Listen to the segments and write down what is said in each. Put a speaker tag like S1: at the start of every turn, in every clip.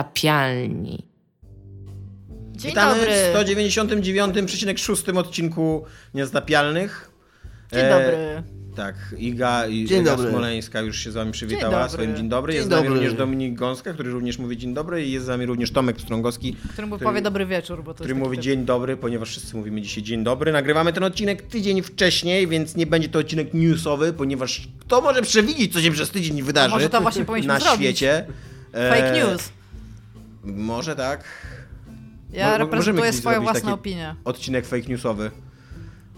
S1: Niezatapialni.
S2: Dzień
S3: Witamy
S2: dobry.
S3: w 199,6 odcinku Niezdapialnych.
S2: Dzień
S3: E,
S2: dobry.
S3: tak, Iga i
S4: Dzień
S3: Iga
S4: dobry.
S3: Smoleńska już się z wami
S2: Dzień
S3: przywitała
S2: dobry.
S3: swoim dzień dobry.
S4: Dzień
S3: Jest z nami
S4: dobry.
S3: również Dominik Gąska, który również mówi dzień dobry i jest z nami również Tomek Pstrągowski,
S2: Którym
S3: Który-
S2: powie dobry wieczór, bo to
S3: który
S2: jest taki
S3: mówi
S2: typ.
S3: dzień dobry, ponieważ wszyscy mówimy dzisiaj dzień dobry. Nagrywamy ten odcinek tydzień wcześniej, więc nie będzie to odcinek newsowy, ponieważ kto może przewidzieć, co się przez tydzień wydarzy
S2: Może to właśnie powinniśmy
S3: na
S2: zrobić.
S3: świecie.
S2: Fake
S3: E,
S2: news.
S3: Może tak. mo-
S2: Ja
S3: mo- możemy
S2: reprezentuję
S3: kiedyś
S2: swoją
S3: zrobić
S2: własną
S3: takie-
S2: opinię.
S3: odcinek fake newsowy.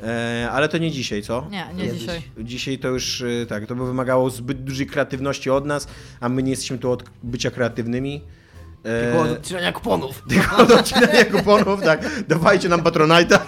S3: E, ale to nie dzisiaj, co?
S2: Nie, nie
S4: Kiedyś.
S2: dzisiaj.
S3: Dzisiaj to już e, tak, to by wymagało zbyt dużej kreatywności od nas, a my nie jesteśmy tu od bycia kreatywnymi. E,
S4: Tylko od odcinania kuponów.
S3: tylko od odcinania kuponów, tak. Dawajcie nam Patronite'a.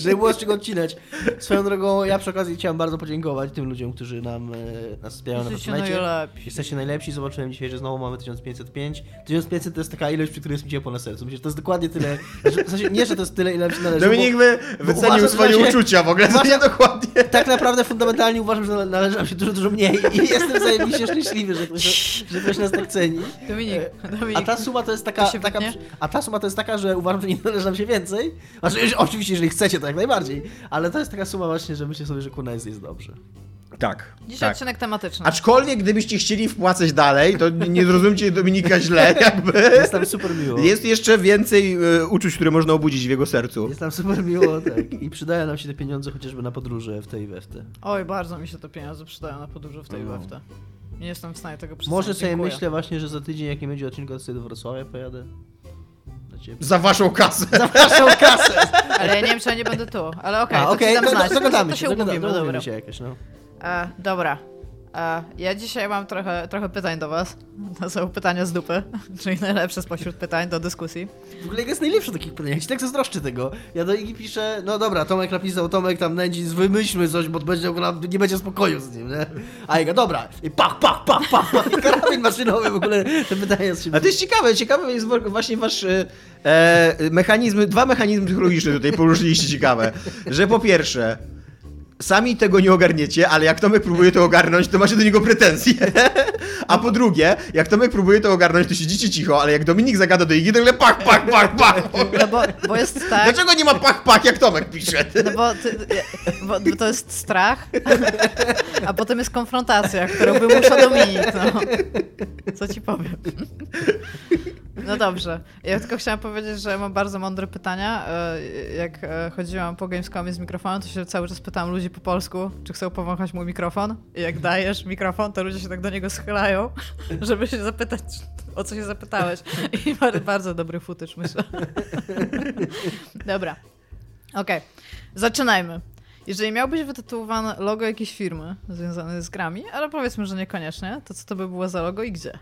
S4: Żeby było z czego odcinać. Swoją drogą, ja przy okazji chciałem bardzo podziękować tym ludziom, którzy nam, e, nas wspierają na
S2: Jesteście
S4: Patronite.
S2: najlepsi.
S4: Jesteście najlepsi. Zobaczyłem dzisiaj, że znowu mamy 1505. 1500 to jest taka ilość, przy której jest mi ciepło na sercu. Myślę, że to jest dokładnie tyle. Znaczy, w sensie, nie, że to jest tyle, ile się należy.
S3: Dominik by wycenił
S4: uważam,
S3: swoje
S4: że się-
S3: uczucia w ogóle, co nie dokładnie.
S4: bo Tak naprawdę fundamentalnie uważam, że należy nam się dużo, dużo mniej i jestem zajebiście szczęśliwy, że ktoś, że ktoś nas tak ceni.
S2: Dominik,
S3: E,
S4: A
S2: Dominik.
S4: ta suma to jest taka,
S2: To się
S4: taka
S2: wytnie?
S4: a ta suma to jest taka, że uważam, że nie należy nam się więcej. Znaczy, jeż- oczywiście, jeżeli chcecie, to jak najbardziej, ale to jest taka suma właśnie, że myślę sobie, że kuna jest, jest dobrze.
S3: Tak.
S2: Dzisiaj
S3: tak.
S2: odcinek tematyczny.
S3: Aczkolwiek gdybyście chcieli wpłacać dalej, to nie nie zrozumcie Dominika źle, jakby.
S4: Jest nam super miło.
S3: Jest jeszcze więcej e, uczuć, które można obudzić w jego sercu.
S4: Jest nam super miło, tak. I przydają nam się te pieniądze chociażby na podróże w tej we w te.
S2: Oj, bardzo mi się te pieniądze przydają na podróże w tej
S3: No.
S2: WFT. Nie jestem w stanie tego przyznać.
S4: Może sobie
S2: dziękuję.
S4: myślę właśnie, że za tydzień, jak nie będzie odcinka, to sobie do Wrocławia pojadę. Dla ciebie.
S3: Za waszą kasę.
S4: Za waszą kasę!
S2: Ale ja nie wiem, czy ja nie będę tu. Ale okej,
S4: A,
S2: to
S4: okej,
S2: ci dam
S4: to, to,
S2: znać.
S4: to dogadamy
S2: to
S4: się,
S2: się
S4: dogadamy,
S2: umówimy,
S4: dogadamy
S2: dobra.
S4: się jakoś, no.
S2: E, dobra. E, ja dzisiaj mam trochę, trochę pytań do was. To są pytania z dupy, czyli najlepsze spośród pytań do dyskusji.
S4: W ogóle jest najlepszy takich pytań, ja ci tak zazdroszczę tego. Ja do Igi piszę, no dobra, Tomek napisał, Tomek tam nędzi, wymyślmy coś, bo będzie, nie będzie spokoju z nim, nie? A Iga, dobra, i pach, pach, pach, pach, pach, i karabin maszynowy w ogóle, te pytania z
S3: A to jest ciekawe, ciekawe jest wo- właśnie wasz e, e, mechanizmy, dwa mechanizmy psychologiczne tutaj poruszyliście ciekawe, że po pierwsze sami tego nie ogarniecie, ale jak Tomek próbuje to ogarnąć, to macie do niego pretensje. A po drugie, jak Tomek próbuje to ogarnąć, to siedzicie cicho, ale jak Dominik zagada do Igi, to nagle pach, pach, pach, pach.
S2: No bo, bo jest tak,
S3: Dlaczego nie ma pach, pach, jak Tomek pisze?
S2: No bo, ty, bo bo to jest strach, a potem jest konfrontacja, którą wymusza Dominik. No. Co ci powiem? No dobrze. Ja tylko chciałam powiedzieć, że mam bardzo mądre pytania. E, Jak e, chodziłam po Gamescomie z mikrofonem, to się cały czas pytałam ludzi po polsku, czy chcą powąchać mój mikrofon. I jak dajesz mikrofon, to ludzie się tak do niego schylają, żeby się zapytać, o co się zapytałeś. I bar- bardzo dobry futycz, myślę. Dobra. Okej, zaczynajmy. Jeżeli miałbyś wytytułowane logo jakiejś firmy związanej z grami, ale powiedzmy, że niekoniecznie, to co to by było za logo i gdzie?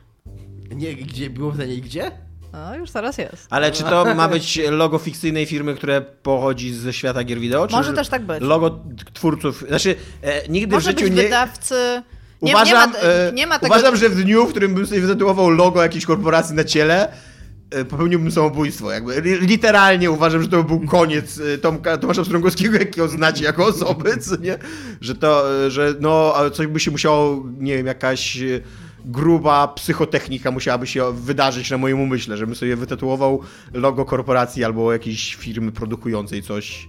S4: Nie, gdzie, było pytanie, i gdzie?
S2: No, już teraz jest.
S3: Ale czy to ma być logo fikcyjnej firmy, które pochodzi ze świata gier wideo? Czy
S2: Może też tak być.
S3: Logo twórców, znaczy e, nigdy
S2: Może
S3: w życiu
S2: być
S3: nie...
S2: wydawcy... Nie,
S3: uważam,
S2: nie,
S3: e,
S2: ma, nie ma tego...
S3: uważam, że w dniu, w którym bym sobie wytatuował logo jakiejś korporacji na ciele, e, popełniłbym samobójstwo. Jakby Li- literalnie uważam, że to był koniec e, Tomka, Tomasza Strągowskiego, jakiego znacie jako osoby, co nie? Że to, e, że no, a coś by się musiało, nie wiem, jakaś e, gruba psychotechnika musiałaby się wydarzyć na moim umyśle, żebym sobie wytatuował logo korporacji albo jakiejś firmy produkującej coś.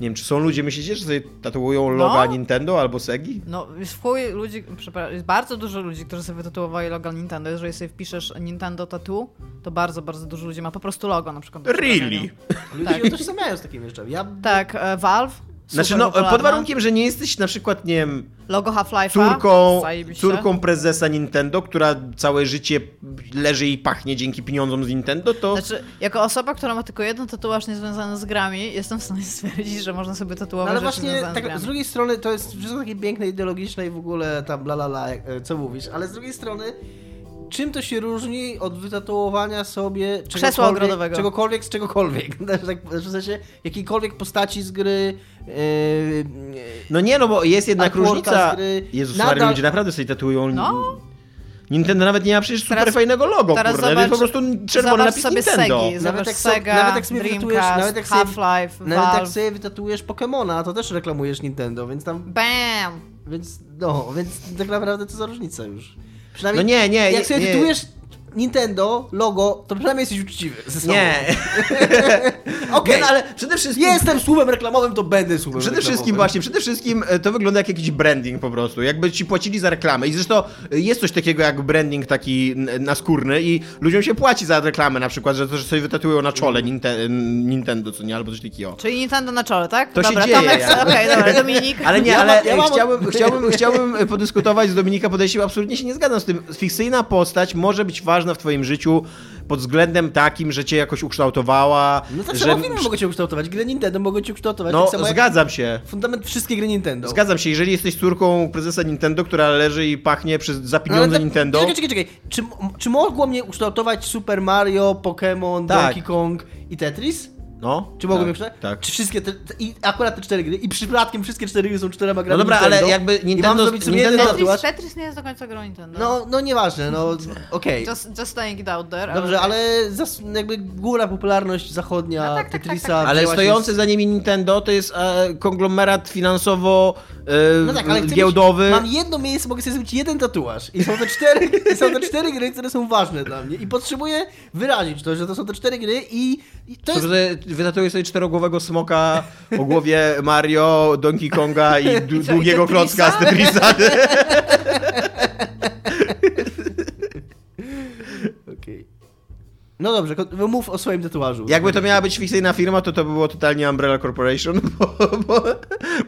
S3: Nie wiem, czy są ludzie, myślicie, że sobie tatuują loga
S2: No.
S3: Nintendo albo Segi?
S2: No, jest w chuj ludzi, przepraszam, jest bardzo dużo ludzi, którzy sobie wytytułowali logo Nintendo. Jeżeli sobie wpiszesz Nintendo Tattoo, to bardzo, bardzo dużo ludzi ma po prostu logo na przykład. do
S3: Really?
S2: wybrania.
S4: Ludzie
S2: Tak.
S4: się utożsamiają z takimi rzeczami. Ja
S2: Tak, e, Valve.
S3: Znaczy,
S2: super
S3: no, pod
S2: popularne.
S3: warunkiem, że nie jesteś na przykład, nie wiem,
S2: Logo Half-Life'a.
S3: córką,
S2: zajebiście.
S3: córką prezesa Nintendo, która całe życie leży i pachnie dzięki pieniądzom z Nintendo, to
S2: Znaczy, jako osoba, która ma tylko jeden tatuaż niezwiązany z grami, jestem w stanie stwierdzić, że można sobie
S4: No
S2: tatuować
S4: ale
S2: rzeczy
S4: właśnie
S2: związane z
S4: tak, z
S2: grami.
S4: drugiej strony to jest wszystko takie piękne, ideologiczne i w ogóle tam bla bla bla, jak- e, co mówisz, ale z drugiej strony czym to się różni od wytatuowania sobie czegokolwiek-
S2: ogrodowego.
S4: czegokolwiek z czegokolwiek, Znaczy, tak, w sensie jakiejkolwiek postaci z gry, e, e,
S3: no nie, no bo jest jednak
S4: Artworka
S3: różnica.
S4: z gry.
S3: Jezus,
S4: Nadal-
S3: Maria, ludzie naprawdę sobie tatuują.
S2: No.
S3: Nintendo nawet nie ma przecież super
S2: Teraz-
S3: fajnego logo,
S2: teraz
S3: kurde,
S2: zobacz-
S3: jest po prostu czerwony
S2: Zobacz
S3: napis
S2: sobie
S3: Nintendo.
S2: Segi, zobacz
S4: Nawet jak so-
S2: Sega,
S4: nawet jak sobie wytatuujesz-
S2: Dreamcast,
S4: nawet jak sobie-
S2: Half-Life,
S4: nawet jak
S2: Valve,
S4: sobie wytatuujesz Pokemona, to też reklamujesz Nintendo, więc tam,
S2: BAM!
S4: więc no, więc tak naprawdę co za różnica już.
S3: No
S4: Przynajmniej
S3: nie, nie,
S4: jak
S3: No nie,
S4: sobie
S3: nie.
S4: tytułujesz Nintendo, logo, to przynajmniej jesteś uczciwy ze sobą.
S2: No.
S3: Nie,
S4: Okej,
S3: nie, no, ale przede wszystkim...
S4: jestem słowem reklamowym, to będę słowem
S3: Przede
S4: reklamowym.
S3: wszystkim właśnie, przede wszystkim e, to wygląda jak jakiś branding po prostu, jakby ci płacili za reklamę i zresztą e, jest coś takiego jak branding taki n- naskórny i ludziom się płaci za reklamę na przykład, że to, że sobie wytatują na czole
S4: Mm.
S3: Ninte- Nintendo, co nie, albo coś takiego.
S2: Czyli Nintendo na czole, tak?
S3: To się
S2: dobra,
S3: dzieje,
S2: Tomek,
S3: jakby.
S2: okej, dobra, Dominik.
S3: Ale nie,
S4: Ja mam-
S3: ale
S4: ja
S3: e,
S4: mam-
S3: chciałbym, chciałbym, chciałbym e, podyskutować z Dominika podejściem, absolutnie się nie zgadzam z tym. Fikcyjna postać może być ważna w twoim życiu pod względem takim, że cię jakoś ukształtowała,
S4: No tak
S3: że...
S4: samo filmy mogą cię ukształtować, gry Nintendo mogą cię ukształtować,
S3: No,
S4: tak samo jak
S3: zgadzam się.
S4: fundament wszystkie gry Nintendo.
S3: Zgadzam się, jeżeli jesteś córką prezesa Nintendo, która leży i pachnie przez, za
S4: No, ale
S3: pieniądze
S4: tak-
S3: Nintendo.
S4: Czekaj, czekaj, czekaj. Czy, czy mogło mnie ukształtować Super Mario, Pokémon,
S3: Tak.
S4: Donkey Kong i Tetris?
S3: No?
S4: Czy mogłem
S3: tak,
S4: je przeczytać?
S3: Tak.
S4: Czy wszystkie te, te, i akurat te cztery gry i przypadkiem wszystkie cztery gry są czterema grami
S3: No dobra,
S4: Nintendo.
S3: ale jakby
S4: I mam
S3: Nintendo-
S4: zrobić sobie
S3: Nintendo-
S4: jeden
S2: Tetris,
S4: tatuaż.
S2: Tetris nie jest do końca grą Nintendo.
S4: No, no nieważne, no okej.
S2: Just, just saying it out there.
S4: Dobrze, ale zas, jakby główna popularność zachodnia
S2: No tak, tak,
S4: Tetrisa...
S2: tak, tak.
S3: Ale
S4: wzięła się
S3: stojący za nimi Nintendo to jest e, konglomerat finansowo e,
S4: No tak, ale chcę
S3: giełdowy.
S4: Mieć, mam jedno miejsce, mogę sobie zrobić jeden tatuaż. I są te cztery, i są te cztery gry, które są ważne dla mnie. I potrzebuję wyrazić to, że to są te cztery gry i, i to jest...
S3: Że Wytatuję sobie czterogłowego smoka o głowie Mario, Donkey Konga i
S2: I
S3: d-
S2: co,
S3: długiego
S2: i Tetrisa?
S3: klocka z Tetrisa.
S4: Okej. No dobrze, kon- mów o swoim tatuażu.
S3: Jakby to miała być fikcyjna firma, to to było totalnie Umbrella Corporation, bo, bo, bo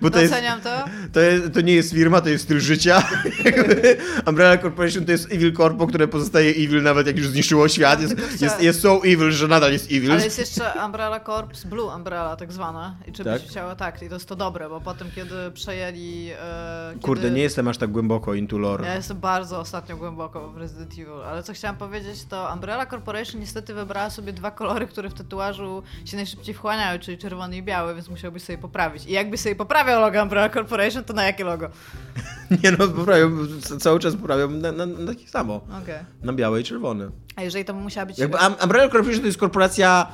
S4: No
S3: to jest...
S2: Doceniam to.
S3: To, jest, to nie jest firma, to jest styl życia. Jakby Umbrella Corporation to jest evil corpo, które pozostaje evil nawet jak już zniszczyło świat. Jest,
S2: Tylko chciała-
S3: jest, jest so evil, że nadal jest evil.
S2: Ale jest jeszcze Umbrella Corps, Blue Umbrella tak zwana. I czy
S3: Tak?
S2: byś chciała tak, i to jest to dobre, bo potem kiedy przejęli... E, kiedy...
S3: Kurde, nie jestem aż tak głęboko into lore.
S2: Ja jestem bardzo ostatnio głęboko w Resident Evil, ale co chciałam powiedzieć, to Umbrella Corporation niestety wybrała sobie dwa kolory, które w tatuażu się najszybciej wchłaniają, czyli czerwony i biały, więc musiałbyś sobie poprawić. I jakbyś sobie poprawiał logo Umbrella Corporation, to na jakie logo?
S3: Nie no, poprawiam, cały czas poprawiam na, na, na takich samo.
S2: Okej.
S3: Na białe i czerwone.
S2: A jeżeli to musiała być...
S3: Jakby Am- Umbrella Corporation to jest korporacja,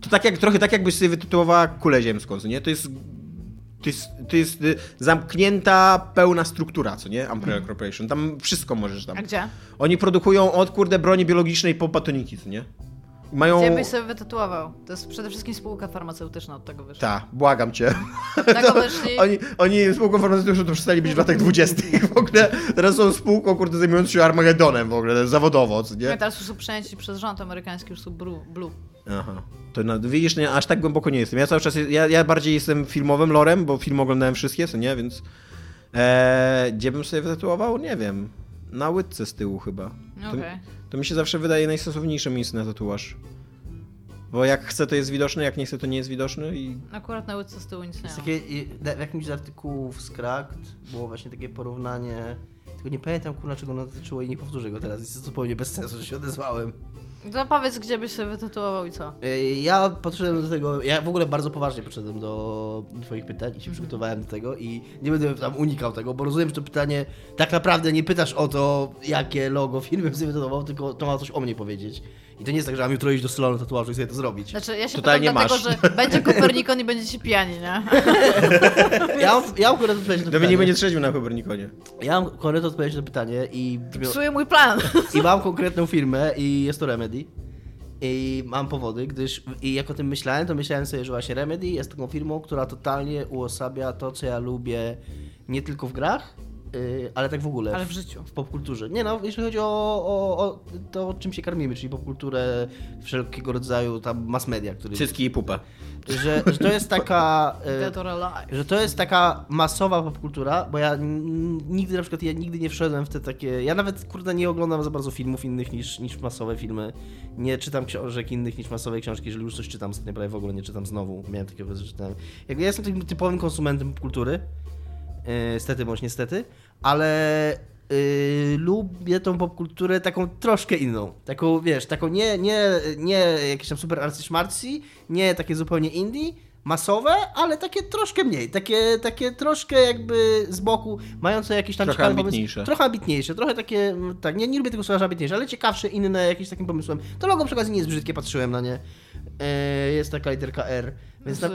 S3: to tak jak, trochę tak jakbyś sobie wytytułowała kulę ziemską, co nie? To jest, to jest, to jest y, zamknięta, pełna struktura, co nie? Umbrella Corporation, tam wszystko możesz tam.
S2: A gdzie?
S3: Oni produkują od kurde broni biologicznej po batoniki, co nie? I Mają...
S2: Gdzie byś sobie wytatuował? To jest przede wszystkim spółka farmaceutyczna od tego wyszła.
S3: Ta, błagam cię.
S2: Tego wyszli...
S3: Tak. Oni, oni spółką farmaceutyczną to przestali być w latach dwudziestych w ogóle. Teraz są spółką, kurde, zajmującą się Armagedonem w ogóle, zawodowo, co
S2: Nie,
S3: nie?
S2: teraz już są przejęci przez rząd amerykański, już są bru- blue.
S3: Aha. To no, widzisz, nie, aż tak głęboko nie jestem. Ja cały czas, ja, ja bardziej jestem filmowym lorem, bo film oglądałem wszystkie, co nie, więc... Eee, gdzie bym sobie wytatuował? Nie wiem. Na łydce z tyłu chyba. To,
S2: Okej.
S3: to mi się zawsze wydaje najstosowniejsze miejsce na tatuaż. Bo jak chcę, to jest widoczny, jak nie chcę, to nie jest widoczny i
S2: Akurat na łydce z tyłu nic nie ma.
S4: Jest takie, i- w jakimś z artykułów z Cracked było właśnie takie porównanie, tylko nie pamiętam kurna czego ono dotyczyło i nie powtórzę go teraz, jest to zupełnie bez sensu, że się odezwałem.
S2: No powiedz, gdzie byś sobie wytatuował i co?
S4: Ej, E, Ja podszedłem do tego, ja w ogóle bardzo poważnie podszedłem do twoich pytań i się przygotowałem do tego i nie będę tam unikał tego, bo rozumiem, że to pytanie tak naprawdę nie pytasz o to, jakie logo filmy bym sobie tatuował, tylko to ma coś o mnie powiedzieć. I to nie jest tak, że mam jutro iść do salonu tatuażu i sobie to zrobić.
S2: Znaczy, ja się
S3: Totalnie
S2: pytam dlatego,
S3: masz.
S2: że będzie Kopernikon i będziecie piani, nie?
S4: Ja mam, ja mam akurat odpowiedź na
S3: Dominik No, nie
S4: pytanie.
S3: będzie trzecił na Kopernikonie.
S4: Ja mam konkretną odpowiedź na pytanie i...
S2: Psuje mój plan.
S4: I mam konkretną firmę i jest to Remedy. I mam powody, gdyż i jak o tym myślałem, to myślałem sobie, że właśnie Remedy jest taką firmą, która totalnie uosabia to, co ja lubię nie tylko w grach, yy, ale tak w ogóle.
S2: Ale w życiu.
S4: W popkulturze. Nie no, jeśli chodzi o, o, o to, czym się karmimy, czyli popkulturę wszelkiego rodzaju tam mass media, który...
S3: Cycki i pupa.
S4: Że, że to jest taka... yy,
S2: Dead or Alive.
S4: że to jest taka masowa popkultura, bo ja n- nigdy na przykład ja nigdy nie wszedłem w te takie. Ja nawet kurde nie oglądam za bardzo filmów innych niż, niż masowe filmy. Nie czytam książek innych niż masowe książki, jeżeli już coś czytam, to nie prawie w ogóle nie czytam znowu. Miałem takie okres, że czytałem. Jakby ja jestem takim typowym konsumentem kultury. Yy, stety bądź niestety, ale yy, lubię tą popkulturę taką troszkę inną. Taką, wiesz, taką nie, nie, nie jakieś tam super arcy-szmarcy, nie takie zupełnie indie, masowe, ale takie troszkę mniej, takie, takie troszkę jakby z boku, mające jakieś tam
S3: Trochę
S4: ciekawe pomysły.
S3: ambitniejsze.
S4: Trochę ambitniejsze, trochę takie, mm, tak, nie, nie lubię tego słowa ambitniejsze, ale ciekawsze, inne, jakieś takim pomysłem. E,
S2: No,
S4: To logo przy okazji nie jest brzydkie, patrzyłem na nie. Yy, jest taka literka R, więc na...
S2: Z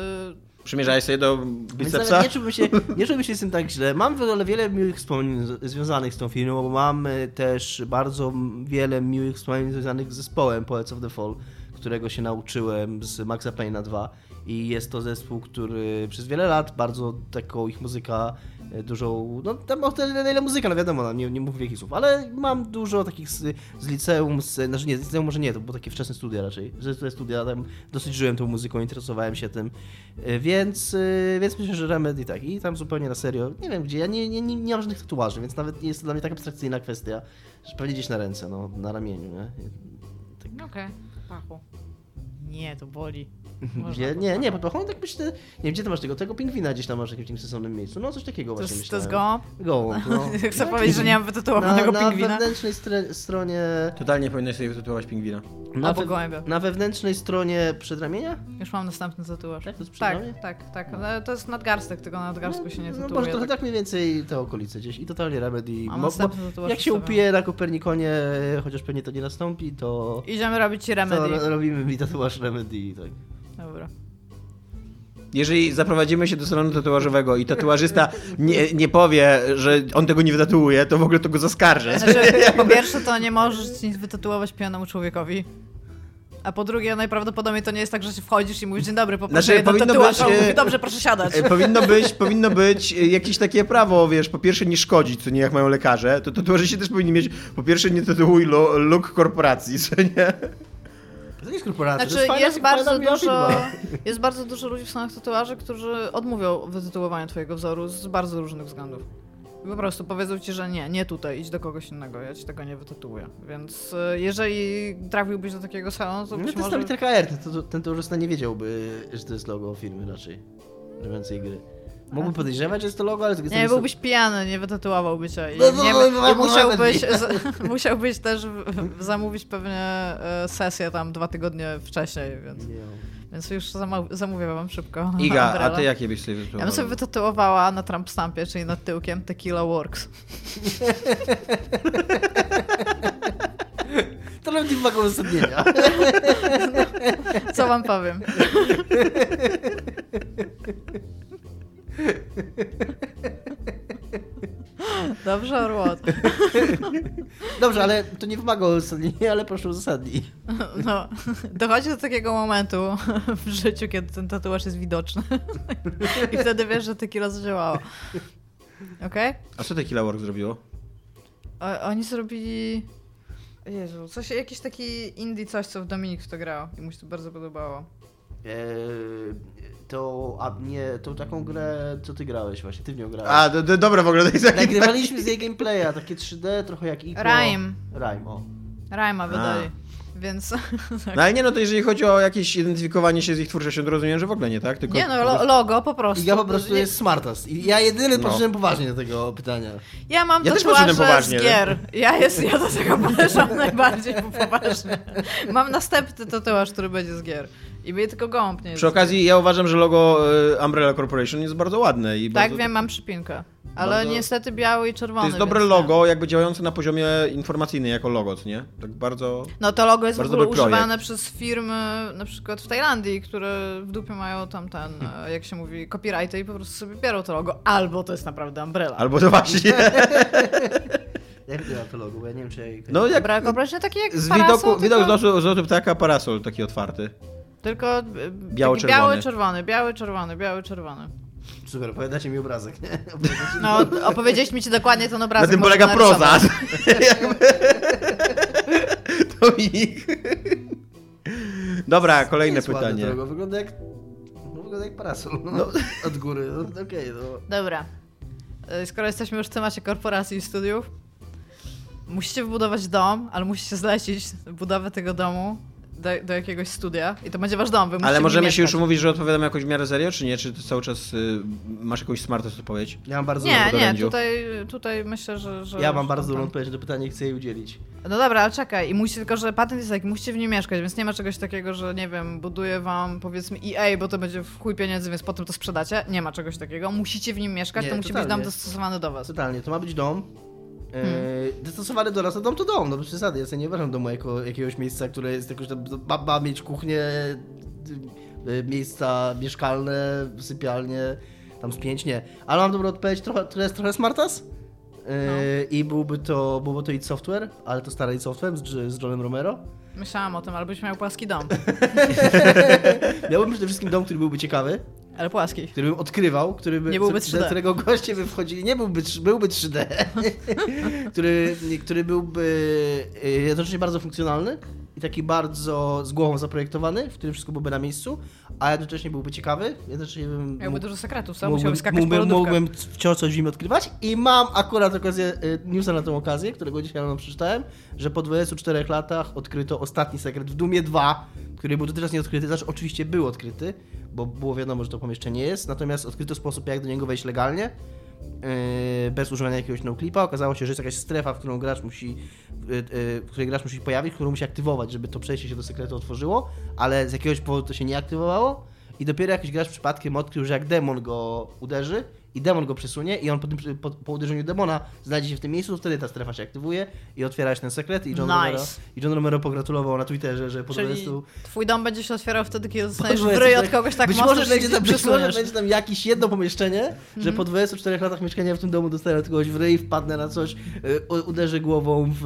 S3: Przymierzałeś sobie do
S4: Więc
S3: bicepsa?
S4: nawet Nie czułbym, się, nie czułbym się z tym tak źle. Mam w ogóle wiele miłych wspomnień z- związanych z tą filmą, bo mam y, też bardzo m- wiele miłych wspomnień związanych z zespołem Poets of the Fall, którego się nauczyłem z Maxa Payne'a 2. I jest to zespół, który przez wiele lat bardzo taką ich muzyka y, dużą, no tam o tyle na ile muzyka, no wiadomo, no, nie, nie mówię jakich słów, ale mam dużo takich z, z liceum, z, znaczy nie, z liceum może nie, to było takie wczesne studia raczej, że te studia tam dosyć żyłem tą muzyką, interesowałem się tym, Y, więc, y, więc myślę, że Remedy tak i tam zupełnie na serio, nie wiem gdzie, ja nie, nie, nie, nie mam żadnych tatuaży, więc nawet nie jest to dla mnie tak abstrakcyjna kwestia, że pewnie gdzieś na ręce, no, na ramieniu, nie?
S2: No Okej, pachu. Nie, to boli.
S4: Gdzie,
S2: to
S4: nie,
S2: tak.
S4: nie, pod pachą tak myślę, nie wiem gdzie ty masz tego, tego pingwina gdzieś tam masz w jakimś sensownym miejscu, no coś takiego
S2: To,
S4: właśnie
S2: jest- to
S4: myślałem.
S2: jest gołąb?
S4: Gołąb, no.
S2: Chcę
S4: No,
S2: powiedzieć, że nie mam wytytułowanego
S4: na, Na
S2: pingwina.
S4: wewnętrznej stre- stronie.
S3: Totalnie powinieneś sobie wytytułować pingwina.
S4: Na,
S2: Albo gołębia.
S4: na wewnętrznej stronie przedramienia?
S2: Już mam następny tatuaż.
S4: Tak, to jest
S2: tak,
S4: przedramię?
S2: tak, tak. Ale To jest nadgarstek, tego nadgarstku się nie
S4: No,
S2: tytułuje.
S4: może trochę tak mniej więcej te okolice gdzieś i totalnie remedy.
S2: Mam
S4: Bo,
S2: następny
S4: bo
S2: tatuaż
S4: jak
S2: przed
S4: się
S2: sobą.
S4: upije na Kopernikonie, chociaż pewnie to nie nastąpi, to.
S2: Idziemy robić ci
S4: To
S2: remedy.
S4: ro- robimy mi tatuaż remedy. Tak.
S2: Dobra.
S3: Jeżeli zaprowadzimy się do salonu tatuażowego i tatuażysta nie, nie powie, że on tego nie wytatuuje, to w ogóle to go zaskarżę.
S2: Znaczy, po pierwsze, to nie możesz nic wytytułować pijanemu człowiekowi. A po drugie, najprawdopodobniej to nie jest tak, że się wchodzisz i mówisz, dzień dobry, poproszę
S3: Znaczy,
S2: znaczy, jeden
S3: powinno
S2: tatuaż,
S3: być,
S2: a on
S3: e,
S2: mówi, dobrze, proszę siadać.
S3: E, Powinno być, powinno być e, jakieś takie prawo, wiesz, po pierwsze nie szkodzić, co nie jak mają lekarze, to tatuażyści też powinni mieć, po pierwsze nie tatuuj lo, luk korporacji, co nie?
S4: To nie jest korporacja.
S2: Znaczy,
S4: to jest, fajna-
S2: jest bardzo,
S4: fajna miła
S2: dużo,
S4: firma.
S2: jest bardzo dużo ludzi w salonach tatuaży, którzy odmówią wytytułowania twojego wzoru z bardzo różnych względów. Po prostu powiedzą ci, że nie, nie tutaj, idź do kogoś innego, ja ci tego nie wytytułuję. Więc e, jeżeli trafiłbyś do takiego salonu, to
S4: No, to
S2: być
S4: jest ta
S2: może...
S4: literka R, ten, to- ten towarzysta nie wiedziałby, że to jest logo firmy raczej. Robiącej gry. Mógłby podejrzewać, że jest to logo, ale z drugiej
S2: Tak. Nie,
S4: strony-
S2: byłbyś pijany, nie wytatuowałby cię. I,
S4: No, no,
S2: nie,
S4: no, no,
S2: i
S4: no,
S2: musiałbyś,
S4: no, no,
S2: z, musiałbyś też w, zamówić pewnie e, sesję tam dwa tygodnie wcześniej, więc,
S4: Nie.
S2: więc już zama- zamówię wam szybko.
S3: Iga, a
S2: Umbrella.
S3: ty jakie byś sobie
S2: Ja
S3: wytatuował?
S2: bym sobie wytatuowała na Trump Stampie, czyli nad tyłkiem Tequila Works.
S4: To nawet nie wymaga uzasadnienia.
S2: Co wam powiem? Dobrze, Orłot.
S4: Dobrze, ale to nie wymaga uzasadnienia, ale proszę uzasadnij.
S2: No, dochodzi do takiego momentu w życiu, kiedy ten tatuaż jest widoczny. I wtedy wiesz, że tequila zadziałało. Okej?
S3: A co Tequila Works zrobiło?
S2: O- Oni zrobili... Jezu, coś, jakiś taki indie coś, co w Dominik w to grał. I mu się to bardzo podobało.
S4: Eee, to, a nie, tą taką grę, co ty grałeś właśnie, ty w nią grałeś.
S3: A, do, do, dobra, w ogóle to jest
S4: tak,
S3: jakiś
S4: Nagrywaliśmy z jej gameplaya, takie 3D, trochę jak Ico.
S2: Rime.
S4: Rime, o.
S2: Rajma wydali. Więc...
S3: No ale nie, no to jeżeli chodzi o jakieś identyfikowanie się z ich twórczością, to rozumiem, że w ogóle nie, tak? Tylko
S2: Nie no, lo- logo po prostu.
S4: I ja po prostu jest smartas. I ja jedyny
S3: No.
S4: podszedłem poważnie do tego pytania.
S2: Ja mam
S3: Ja też
S2: tatuaże
S3: poszedłem poważnie,
S2: z gier. Ja, jest, ja do tego podeszłam najbardziej poważnie. Mam następny tatuaż, który będzie z gier. I mnie tylko gołąb nie jest.
S3: Przy okazji ja uważam, że logo y, Umbrella Corporation jest bardzo ładne i
S2: tak,
S3: bardzo...
S2: wiem, mam przypinkę. Ale
S3: Bardzo-
S2: niestety biały i czerwony.
S3: To jest dobre
S2: więc nie.
S3: logo, jakby działające na poziomie informacyjnym jako logo, co nie? Tak bardzo...
S2: No to logo jest
S3: Bardzo
S2: w ogóle
S3: dobry projekt.
S2: używane przez firmy na przykład w Tajlandii, które w dupie mają tam ten,
S3: Hm.
S2: e, jak się mówi, copyrighty i po prostu sobie biorą to logo. Albo to jest naprawdę umbrella.
S3: Albo to właśnie...
S4: Jak wygląda to logo, bo ja nie wiem, czy ja...
S3: No jak...
S2: Umbrella Corporation taki jak
S3: Z
S2: parasol,
S3: widoku, widok z
S2: tylko-
S3: lotu, z lotu ptaka, parasol taki otwarty.
S2: Tylko e,
S3: Biało-czerwony.
S2: biały, czerwony, biały, czerwony, biały, czerwony.
S4: Super, opowiadacie mi obrazek, nie?
S2: No, opowiedzieliśmy ci dokładnie ten
S3: Na
S2: obrazek.
S3: tym
S2: możesz
S3: polega proza.
S2: narysować.
S3: Jakby- to ich. Dobra, kolejne
S4: Jest ładne
S3: pytanie.
S4: To logo. Wygląda jak... no, Wygląda jak parasol, no. Od góry, no, okej, no.
S2: Dobra. Y, Skoro jesteśmy już w temacie korporacji i studiów, musicie wbudować dom, ale musicie zlecić budowę tego domu do, do jakiegoś studia i to będzie wasz dom. Wy musicie
S3: Ale
S2: w
S3: możemy
S2: nim
S3: się już
S2: mieszkać.
S3: umówić, że odpowiadam jakoś w miarę serio, czy nie? Czy ty cały czas y, masz jakąś smartest odpowiedź?
S4: Ja mam bardzo
S2: Nie,
S3: do
S2: nie,
S3: orędziu.
S2: tutaj, tutaj myślę, że... że
S4: Ja mam
S2: że
S4: bardzo
S2: tam-
S4: dobrą odpowiedź na pytanie i chcę jej udzielić.
S2: No dobra, ale czekaj. I musicie tylko, że patent jest taki, musicie w nim mieszkać, więc nie ma czegoś takiego, że nie wiem, buduję wam powiedzmy EA, bo to będzie w chuj pieniędzy, więc potem to sprzedacie. Nie ma czegoś takiego. Musicie w nim mieszkać,
S4: Nie,
S2: to musi
S4: totalnie.
S2: być dom dostosowany do was.
S4: Totalnie, to ma być dom. Yy, Dostosowany do nas, a dom to dom, no bez no, przesady. Ja sobie nie uważam domu jako jakiegoś miejsca, które jest jakoś tam, ma, ma mieć kuchnię, yy, y, miejsca mieszkalne, sypialnie, tam z pięć nie. Ale mam dobrą odpowiedź, trochę, to jest trochę smartas. Y, I byłby to, byłby to id Software, ale to stary id Software z, z Johnem Romero.
S2: Myślałam o tym, ale byś miał płaski dom.
S4: Miałbym przede wszystkim dom, który byłby ciekawy,
S2: Ale płaski.
S4: który bym odkrywał, który by,
S2: Nie byłby
S4: co-
S2: 3D.
S4: do którego goście by wchodzili, nie byłby, trzy- byłby 3D, który, który byłby y, jednocześnie bardzo funkcjonalny i taki bardzo z głową zaprojektowany, w którym wszystko byłoby na miejscu, a jednocześnie byłby ciekawy, jednocześnie bym
S2: Miałby
S4: mógł-
S2: dużo sekretów, co? Musiałby skakać po
S4: mógłbym,
S2: lodówkach.
S4: mógłbym wciąż coś w nim odkrywać i mam akurat okazję, y, newsa na tą okazję, którego dzisiaj rano przeczytałem, że po 24 latach odkryto ostatni sekret w Dumie 2, który był dotychczas nieodkryty, znaczy oczywiście był odkryty, bo było wiadomo, że to pomieszczenie jest, natomiast odkryto sposób, jak do niego wejść legalnie, y, bez używania jakiegoś noclipa. Okazało się, że jest jakaś strefa, w którą gracz musi, y, y, w której gracz musi się pojawić, którą musi aktywować, żeby to przejście się do sekretu otworzyło, ale z jakiegoś powodu to się nie aktywowało. I dopiero jakiś gracz przypadkiem odkrył, że jak demon go uderzy i demon go przesunie i on po, tym, po, po uderzeniu demona znajdzie się w tym miejscu, to wtedy ta strefa się aktywuje i otwiera się ten sekret i John,
S2: Nice.
S4: Romero, i John Romero pogratulował na Twitterze, że po
S2: Czyli
S4: 20...
S2: twój dom będzie się otwierał wtedy, kiedy
S4: po
S2: dostaniesz
S4: 20
S2: w ryj od kogoś tak
S4: być
S2: mocno,
S4: może
S2: że
S4: będzie
S2: się Mhm.
S4: tam, Być może
S2: przesuniesz.
S4: będzie tam jakieś jedno pomieszczenie, że po 24 latach mieszkania w tym domu dostanę od kogoś w ryj, wpadnę na coś, y, u- uderzę głową w,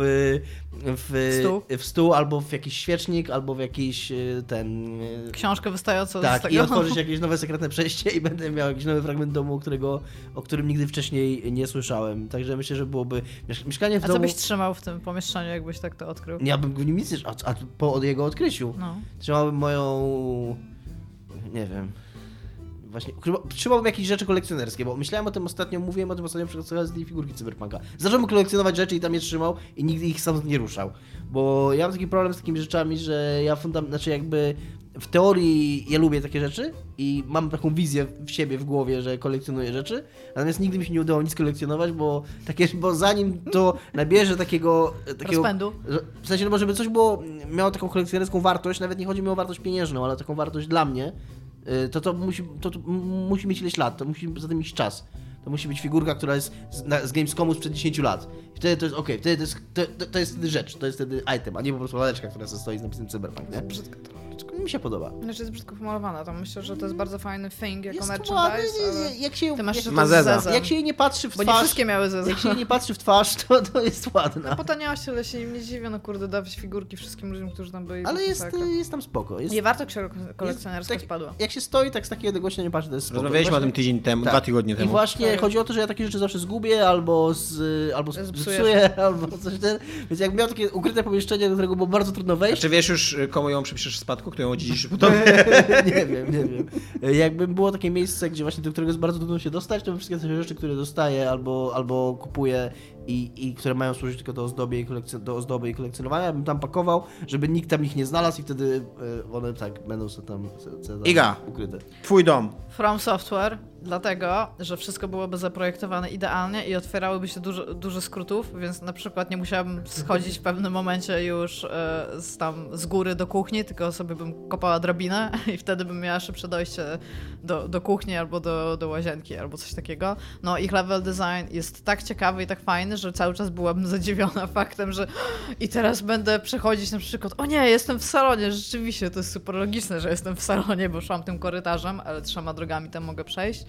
S4: w,
S2: Stół?
S4: w stół albo w jakiś świecznik, albo w jakiś y, ten... y,
S2: Książkę wystającą z
S4: tak,
S2: tego.
S4: i otworzyć jakieś nowe sekretne przejście i będę miał jakiś nowy fragment domu, którego, o którym nigdy wcześniej nie słyszałem. Także myślę, że byłoby miesz- mieszkanie w
S2: A co
S4: domu.
S2: byś trzymał w tym pomieszczeniu, jakbyś tak to odkrył?
S4: Ja bym go nie nic, nie- a, a po od jego odkryciu.
S2: No.
S4: Trzymałbym moją. Nie wiem. Właśnie. chyba- Trzymałbym jakieś rzeczy kolekcjonerskie, bo myślałem o tym ostatnio, mówiłem o tym ostatnio przy okazji tej figurki cyberpunka. Zacząłem kolekcjonować rzeczy i tam je trzymał i nigdy ich sam nie ruszał. Bo ja mam taki problem z takimi rzeczami, że ja fundam, znaczy jakby w teorii ja lubię takie rzeczy i mam taką wizję w siebie w głowie, że kolekcjonuję rzeczy, natomiast nigdy mi się nie udało nic kolekcjonować, bo takie, bo zanim to nabierze takiego, takiego
S2: Rozpędu.
S4: że- W sensie, no bo żeby coś było, miało taką kolekcjonerską wartość, nawet nie chodzi mi o wartość pieniężną, ale taką wartość dla mnie, y, to to musi, to, to m- musi mieć ileś lat, to musi za tym iść czas. To musi być figurka, która jest z, na, z Gamescomu sprzed 10 lat. I Wtedy to jest okej, wtedy to jest, to, to, to jest wtedy rzecz, to jest wtedy item, a nie po prostu laleczka, która sobie stoi z napisem Cyberpunk, nie? Mi się podoba.
S1: Znaczy jest brzydko pomalowana, to myślę, że to jest bardzo fajny thing jako
S4: Jest
S1: merchandise,
S4: ładny, nie,
S1: ale...
S4: nie, jak się,
S2: Ty masz
S4: jak,
S2: jeszcze
S3: Ma
S2: to z
S3: zeza.
S2: zezem.
S4: jak się jej nie patrzy w
S2: Bo nie
S4: twarz,
S2: wszystkie miały
S4: jak
S2: zezę.
S4: się jej nie patrzy w twarz, to, to jest ładna.
S1: Potaniałaś, ale się im nie dziwię, no kurde, dawać figurki wszystkim ludziom, którzy tam byli.
S4: Ale
S1: to
S4: jest,
S1: tak.
S4: jest tam spoko. Jest,
S2: Nie warto książek
S4: Jest
S2: kolekcjonerska
S4: tak-
S2: spadła.
S4: Jak się stoi, tak z takiego gościa nie patrzy, to jest spoko.
S3: Rozmawialiśmy o
S4: Właśnie-
S3: tym tydzień temu,
S4: tak.
S3: dwa tygodnie
S4: I
S3: temu.
S4: właśnie chodzi o to, że ja takie rzeczy zawsze zgubię, albo, z, albo z-
S1: Zepsujesz.
S4: zepsuję, albo coś ten. Więc jak miał takie ukryte pomieszczenie, do którego było bardzo trudno wejść,
S3: Czy wiesz już, y, komu ją przypiszesz w spadku, kto ją odziedziczy po tobie?
S4: nie wiem, nie wiem. Jakby było takie miejsce, gdzie właśnie do którego jest bardzo trudno się dostać, to wszystkie te rzeczy, które dostaję albo, albo kupuję i, i które mają służyć tylko do ozdoby, i kolekcjo- do ozdoby i kolekcjonowania, bym tam pakował, żeby nikt tam ich nie znalazł i wtedy e, one tak będą sobie tam, se, se tam
S3: Iga.
S4: ukryte.
S3: Twój dom.
S2: From Software, dlatego, że wszystko byłoby zaprojektowane idealnie i otwierałyby się dużo, dużo skrótów, więc na przykład nie musiałabym schodzić w pewnym momencie już e, z tam z góry do kuchni, tylko sobie bym kopała drabinę i wtedy bym miała szybsze dojście do, do kuchni albo do, do łazienki albo coś takiego. No ich level design jest tak ciekawy i tak fajny, że cały czas byłabym zadziwiona faktem, że i teraz będę przechodzić na przykład, o nie, jestem w salonie, rzeczywiście, to jest super logiczne, że jestem w salonie, bo szłam tym korytarzem, ale trzema drogami tam mogę przejść.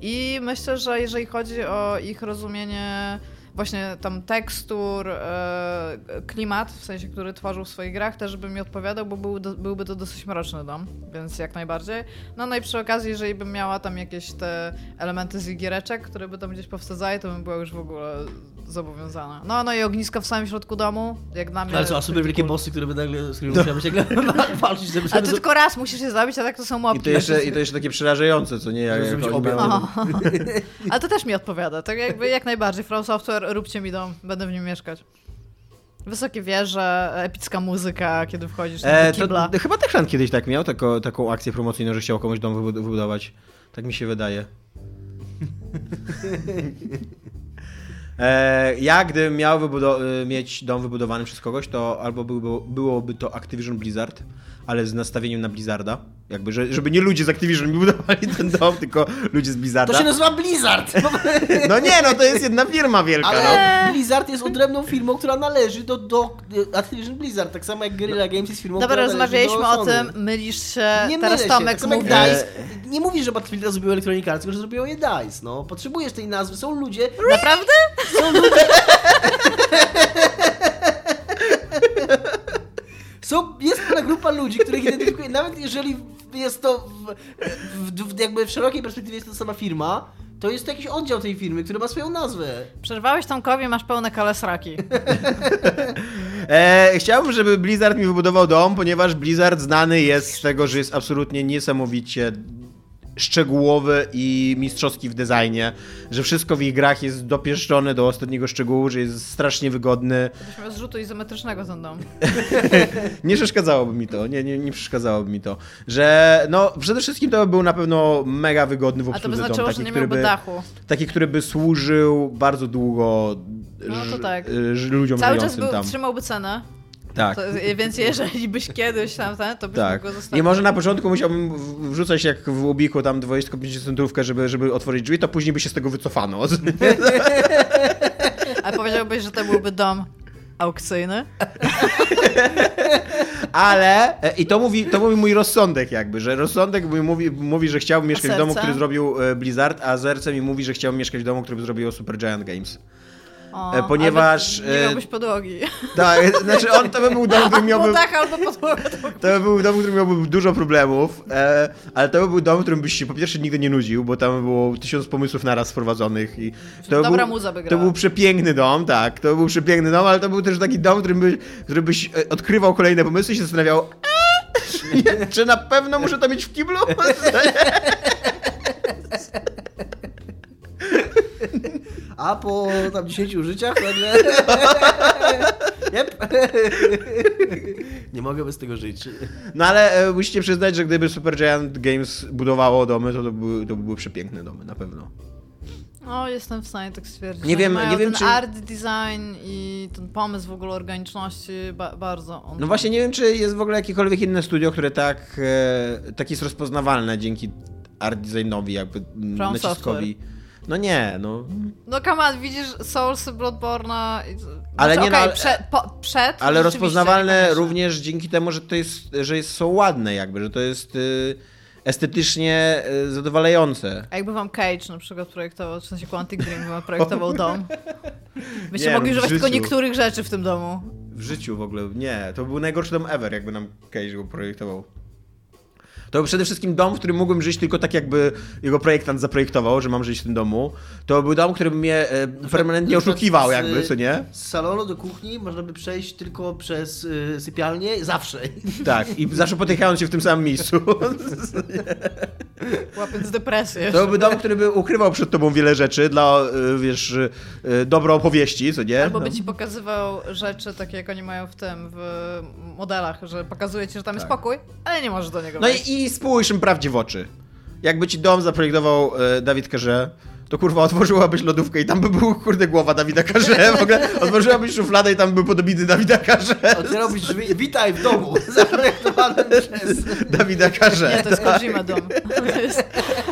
S2: I myślę, że jeżeli chodzi o ich rozumienie właśnie tam tekstur, e, klimat, w sensie, który tworzył w swoich grach, też by mi odpowiadał, bo był, do, byłby to dosyć mroczny dom, więc jak najbardziej. No, no i przy okazji, jeżeli bym miała tam jakieś te elementy z igiereczek, które by tam gdzieś powsadzały, to bym była już w ogóle zobowiązana. No, no i ognisko w samym środku domu, jak na mnie...
S4: No, Ale co, a super wielkie bossy, które by nagle, z którymi musiałem się nagle walczyć, żeby
S2: No. A
S4: sobie
S2: ty tylko raz musisz je zabić, a tak to są
S3: I
S2: mopki.
S3: to, jeszcze, I to jeszcze takie przerażające, co nie? Jak,
S4: Żeby
S3: jak
S4: zrobić
S3: oni
S4: obiad.
S3: mają-
S2: Aha. A to też mi odpowiada. Tak jakby jak najbardziej. From Software, róbcie mi dom, będę w nim mieszkać. Wysokie wieże, epicka muzyka, kiedy wchodzisz
S3: E,
S2: e, do
S3: to,
S2: kibla.
S3: to chyba Techland kiedyś tak miał, tako, taką akcję promocyjną, że chciał komuś dom wybud- wybudować. Tak mi się wydaje. E, ja, gdybym miał wybudo- y, mieć dom wybudowany przez kogoś, to albo byłby, byłoby to Activision Blizzard, ale z nastawieniem na Blizzarda. Jakby, że, żeby nie ludzie z Activision budowali ten dom, tylko ludzie z
S4: To
S3: Blizzarda.
S4: się nazywa Blizzard!
S3: No nie, no to jest jedna firma wielka, no.
S4: Ale Blizzard jest odrębną firmą, która należy do, do Activision Blizzard, tak samo jak
S2: No.
S4: Guerrilla Games jest firmą,
S2: Dobra,
S4: która należy
S2: rozmawialiśmy
S4: do
S2: o
S4: Sony.
S2: tym, mylisz się,
S4: Nie
S2: teraz
S4: mylę
S2: Tomek
S4: się. tak
S2: mówi.
S3: Gdańsk.
S4: DICE, nie mówi, że Battlefielda zrobiło Electronic Arts, tylko że zrobiło je DICE, no. Potrzebujesz tej nazwy, są ludzie,
S2: Naprawdę?
S4: są ludzie... Są, jest pewna grupa ludzi, których identyfikuje, nawet jeżeli jest to w, w, w, jakby w szerokiej perspektywie jest to sama firma, to jest to jakiś oddział tej firmy, który ma swoją nazwę.
S2: Przerwałeś Tomkowi, masz pełne kole sraki.
S3: E, chciałbym, żeby Blizzard mi wybudował dom, ponieważ Blizzard znany jest z tego, że jest absolutnie niesamowicie szczegółowy i mistrzowski w designie, że wszystko w ich grach jest dopieszczone do ostatniego szczegółu, że jest strasznie wygodny.
S2: Myśmy zrzutu izometrycznego ten dom.
S3: Nie przeszkadzałoby mi to, nie, nie, nie przeszkadzałoby mi to, że no przede wszystkim to by był na pewno mega wygodny w
S2: A to
S3: obsłudze
S2: by
S3: dom,
S2: znaczyło,
S3: taki,
S2: że nie
S3: który
S2: miałby
S3: by,
S2: dachu.
S3: taki, który by służył bardzo długo
S2: No to
S3: ż- y,
S2: tak.
S3: ż- ludziom
S2: Cały czas
S3: żyjącym
S2: był,
S3: tam.
S2: trzymałby cenę,
S3: Tak.
S2: to, więc jeżeli byś kiedyś tam ten, to byś
S3: Tak.
S2: mógł go zostawić.
S3: I może na początku musiałbym w- wrzucać jak w Ubiku tam 25 centówkę, żeby, żeby otworzyć drzwi, to później by się z tego wycofano.
S2: A powiedziałbyś, że to byłby dom aukcyjny?
S3: Ale e, i to mówi, to mówi mój rozsądek jakby, że rozsądek mi mówi, mówi, że chciałbym mieszkać w domu,
S2: serce?
S3: który zrobił e, Blizzard, a serce mi mówi, że chciałbym mieszkać w domu, który zrobił Supergiant Games.
S2: O,
S3: E, ponieważ,
S2: ale Nie
S3: e,
S2: miałbyś podłogi.
S3: Tak, e, znaczy on to by był dom, który
S2: Albo
S3: miałby...
S2: tak, albo podłoga.
S3: To by był dom, który miałby dużo problemów, e, ale to by był dom, w którym byś się po pierwsze nigdy nie nudził, bo tam było tysiąc pomysłów naraz wprowadzonych i to
S2: Dobra
S3: był,
S2: muza by
S3: To
S2: grała.
S3: był przepiękny dom, tak, to był przepiękny dom, ale to był też taki dom, w którym by, który byś e, odkrywał kolejne pomysły i się zastanawiał, "Eee, czy na pewno muszę to mieć w kiblu?
S4: A po tam 10 użyciach nagle... Jep. Nie mogę bez tego żyć.
S3: No ale e, musicie przyznać, że gdyby Supergiant Games budowało domy, to, to, były, to były przepiękne domy, na pewno.
S2: O, jestem w stanie tak stwierdzić.
S3: Nie wiem-
S2: Oni mają
S3: nie wiem,
S2: ten
S3: czy-
S2: art design i ten pomysł w ogóle organiczności ba- bardzo. On...
S3: No właśnie, nie wiem, czy jest w ogóle jakiekolwiek inne studio, które tak, e, tak jest rozpoznawalne dzięki art designowi, jakby m,
S2: From
S3: naciskowi. No nie, no.
S2: No come on, widzisz Soulsy, Bloodborne'a i...
S3: Ale
S2: znaczy,
S3: nie,
S2: okej,
S3: no, ale-
S2: prze, po, przed
S3: Ale
S2: rzeczywiście, tak
S3: rozpoznawalne
S2: niekoniecznie.
S3: również dzięki temu, że to jest, że jest, są ładne jakby, że to jest y, estetycznie y, zadowalające.
S2: A jakby wam Cage na przykład projektował, w sensie Quantic Dream wam projektował dom. Byście
S3: Nie,
S2: mogli
S3: no, w
S2: używać tylko
S3: życiu.
S2: niektórych rzeczy w tym domu.
S3: W życiu w ogóle, nie, to był najgorszy dom ever, jakby nam Cage go projektował. To był przede wszystkim dom, w którym mógłbym żyć tylko tak, jakby jego projektant zaprojektował, że mam żyć w tym domu. To był dom, który by mnie e, permanentnie
S4: na przykład
S3: oszukiwał
S4: z-
S3: jakby, co nie?
S4: Z salonu do kuchni można by przejść tylko przez y, sypialnię, zawsze.
S3: Tak, i zawsze potykając się w tym samym miejscu.
S2: Łapiąc depresję.
S3: To byłby dom, który by ukrywał przed tobą wiele rzeczy dla, y, wiesz, y, y, dobra opowieści, co nie? No.
S2: Albo by
S4: No.
S2: ci pokazywał rzeczy takie, jak oni mają w tym, w modelach, że pokazuje ci, że tam jest
S3: Tak.
S2: pokój, ale nie możesz do niego
S3: No
S2: wejść.
S3: i, i spójrz im prawdzie w oczy. Jakby ci dom zaprojektował e, Dawid Karze, to kurwa otworzyłabyś lodówkę i tam by był kurde głowa Dawida Karze. W ogóle otworzyłabyś szufladę i tam by podobizny Dawida Karze.
S4: Otwierałbyś drzwi, witaj w domu, zaprojektowanym przez...
S3: Dawida Karze.
S2: Nie, to jest
S4: Tak.
S2: Kojima dom. To jest...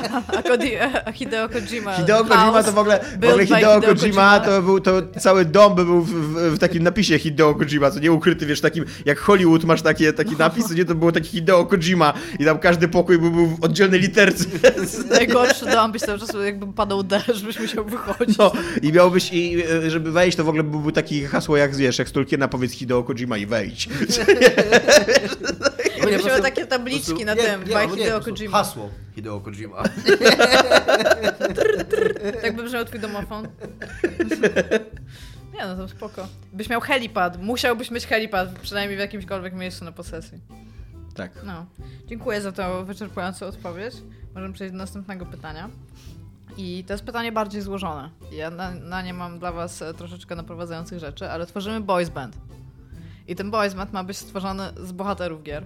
S2: A, Kodi... a Hideo Kojima.
S3: Hideo Kojima
S2: house
S3: to w ogóle, w
S2: built
S3: ogóle
S2: by
S3: Hideo Kojima to był, to cały dom by był w, w, w takim napisie Hideo Kojima, co nie ukryty, wiesz, takim, jak Hollywood masz takie, taki napis, co nie, to było taki Hideo Kojima i tam każdy pokój by był w oddzielnej literce.
S2: Najgorszy dom, byś cały czas jakby padał deszcz, byś musiał wychodzić.
S3: No, i miałbyś, i e, żeby wejść, to w ogóle byłby takie hasło jak, wiesz, jak z Tolkiena powiedz Hideo Kojima i wejdź.
S4: Nie,
S2: Byśmy miały
S4: po
S2: takie
S4: prostu- po prostu-
S2: tabliczki na
S4: nie,
S2: tym,
S4: nie,
S2: by
S4: albo nie,
S2: Hideo
S4: po prostu
S2: Kojima.
S4: Hasło Hideo Kojima.
S2: Tak by brzmiał twój domofon. Nie no, to spoko. Byś miał helipad, musiałbyś mieć helipad, przynajmniej w jakimśkolwiek miejscu na posesji.
S3: Tak.
S2: No. Dziękuję za tą wyczerpującą odpowiedź. Możemy przejść do następnego pytania. I to jest pytanie bardziej złożone. Ja na, na nie mam dla was e, troszeczkę naprowadzających rzeczy, ale tworzymy boys band. I ten boys band ma być stworzony z bohaterów gier.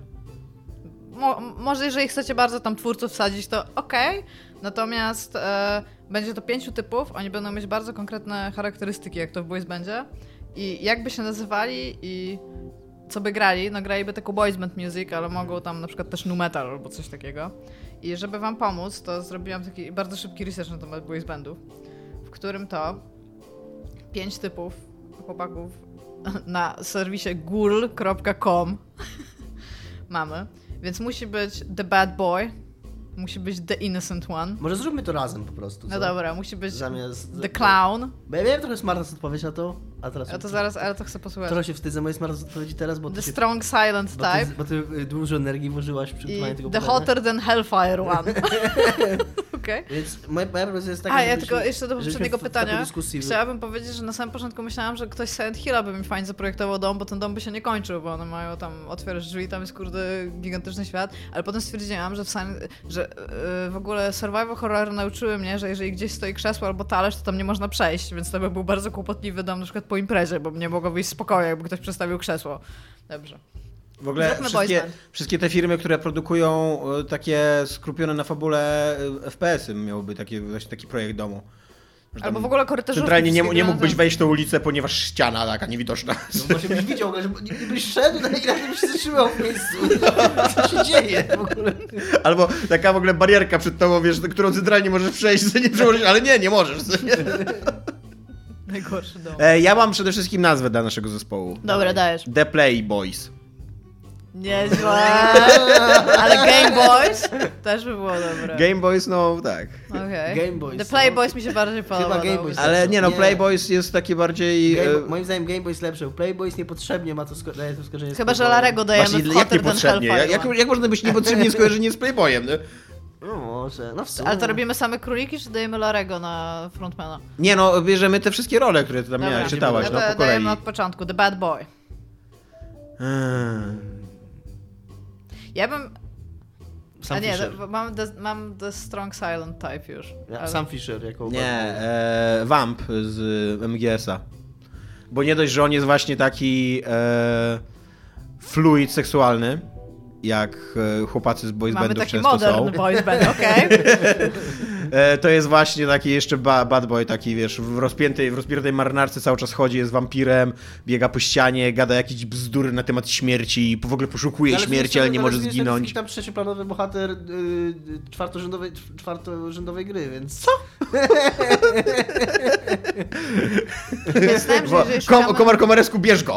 S2: Mo, m- może jeżeli chcecie bardzo tam twórców wsadzić, to okej. Natomiast e, Będzie to pięciu typów, oni będą mieć bardzo konkretne charakterystyki, jak to w Boys będzie. I jakby się nazywali i co by grali, no graliby taką boys band music, ale mogą tam na przykład też nu metal albo coś takiego. I żeby wam pomóc, to zrobiłam taki bardzo szybki research na temat boys bandów, w którym to pięć typów chłopaków na serwisie gul.com mamy. Więc musi być the bad boy, musi być the innocent one,
S4: Może zróbmy to razem po prostu.
S2: no
S4: co?
S2: dobra, musi być
S4: Zamiast.
S2: The Clown.
S4: Bo ja miałem trochę smarta odpowiedź na to, a teraz.
S2: Ja to zaraz, ale to chcę posłuchać.
S4: Trochę się wstydzę mojej smarta odpowiedzi teraz, bo ty.
S2: The
S4: się-
S2: Strong Silent
S4: bo ty,
S2: Type
S4: bo ty y, dużo energii włożyłaś w
S2: i
S4: przygotowanie tego
S2: The
S4: pytania.
S2: Hotter Than Hellfire One. Okej.
S4: Więc moja, moja propozycja jest taka.
S2: A, ja
S4: Tak, żebyśmy-
S2: tylko jeszcze do
S4: żebyśmy
S2: poprzedniego
S4: w- w taką
S2: pytania
S4: dyskusję-
S2: chciałabym powiedzieć, że na samym początku myślałam, że ktoś z Silent Hilla by mi fajnie zaprojektował dom, bo ten dom by się nie kończył, bo one mają tam, otwierasz drzwi, tam jest kurde gigantyczny świat, ale potem stwierdziłam, że w, Silent, że, yy, w ogóle survival horror nauczyły mnie, że jeżeli gdzieś stoi krzesło albo talerz, to tam nie można przejść, więc to by był bardzo kłopotliwy dom na przykład po imprezie, bo nie mogło wyjść z pokoju, jakby ktoś przestawił krzesło. Dobrze.
S3: W ogóle
S2: Zróbmy
S3: wszystkie,
S2: boysband.
S3: wszystkie te firmy, które produkują e, takie skrupione na fabule e, FPS-y, miałby taki, właśnie taki projekt domu. Że
S2: Albo
S3: tam
S2: w ogóle korytarzówki.
S3: Centralnie nie, nie
S2: wszystkie
S3: mógłbyś
S2: wyglądają-
S3: wejść tą ulicę, ponieważ ściana taka niewidoczna.
S4: No właśnie byś widział, że nie nie byś szedł no i nagle byś się zatrzymał w miejscu. Co się dzieje w ogóle?
S3: Albo taka w ogóle barierka przed tobą, wiesz, którą centralnie możesz przejść, że nie przełożyć, ale nie, nie możesz.
S2: Najgorszy dom.
S3: E, ja mam przede wszystkim nazwę dla naszego zespołu.
S2: Dobra, dajesz.
S3: The Playboys.
S2: Nieźle. Ale Game Boys też by było dobre.
S3: Game Boys, no tak.
S2: Okej.
S4: Game Boys.
S2: The Playboys mi się bardziej podoba.
S4: Game
S2: dałby
S4: Boys.
S2: się.
S3: Ale nie no,
S4: Nie.
S3: Playboys jest takie bardziej...
S4: Game,
S3: e,
S4: moim zdaniem Game Boys lepszy. Playboys niepotrzebnie ma to sko- daje to skojarzenie. z
S2: Chyba, że
S4: Playboyem.
S2: Larego dajemy
S3: Właśnie,
S2: w
S3: jak
S2: Hotter than
S3: niepotrzebnie?
S2: Hellfire
S3: Jak, jak,
S2: One.
S3: jak można być niepotrzebnie skojarzenie z Playboyem? Nie?
S4: No może, no w sumie.
S2: Ale to robimy same króliki, czy dajemy Larego na frontmana?
S3: nie no, bierzemy te wszystkie role, które ty tam
S2: Dobra.
S3: miałeś, czytałaś, no
S2: da-
S3: po kolei.
S2: Dajemy od początku. The Bad Boy.
S3: Hmm.
S2: Ja bym...
S4: Sam
S2: a nie,
S4: Fisher.
S2: bo mam the, mam the Strong Silent Type już.
S4: Ja,
S2: ale-
S4: Sam Fisher jako
S3: Nie,
S4: Batman.
S3: e, Vamp z e, MGS-a. Bo nie dość, że on jest właśnie taki e, fluid seksualny, jak e, chłopacy z boys
S2: Mamy
S3: bandów
S2: taki
S3: często są.
S2: modern boys band, okej?
S3: E, to jest właśnie taki jeszcze ba, bad boy, taki wiesz, w rozpiętej, w rozpiętej marynarce cały czas chodzi, jest wampirem, biega po ścianie, gada jakieś bzdury na temat śmierci, i w ogóle poszukuje
S4: Ale z drugiej
S3: śmierci,
S4: strony
S3: ale nie
S4: to
S3: może
S4: jest jakiś
S3: zginąć.
S4: tam trzecioplanowy bohater yy, czwartorzędowej, czwartorzędowej gry, więc... Co?
S2: Ja znałem, że
S3: Wo-
S2: jeżeli
S3: Kom,
S2: szukamy,
S3: komar Komaresku, bierz go!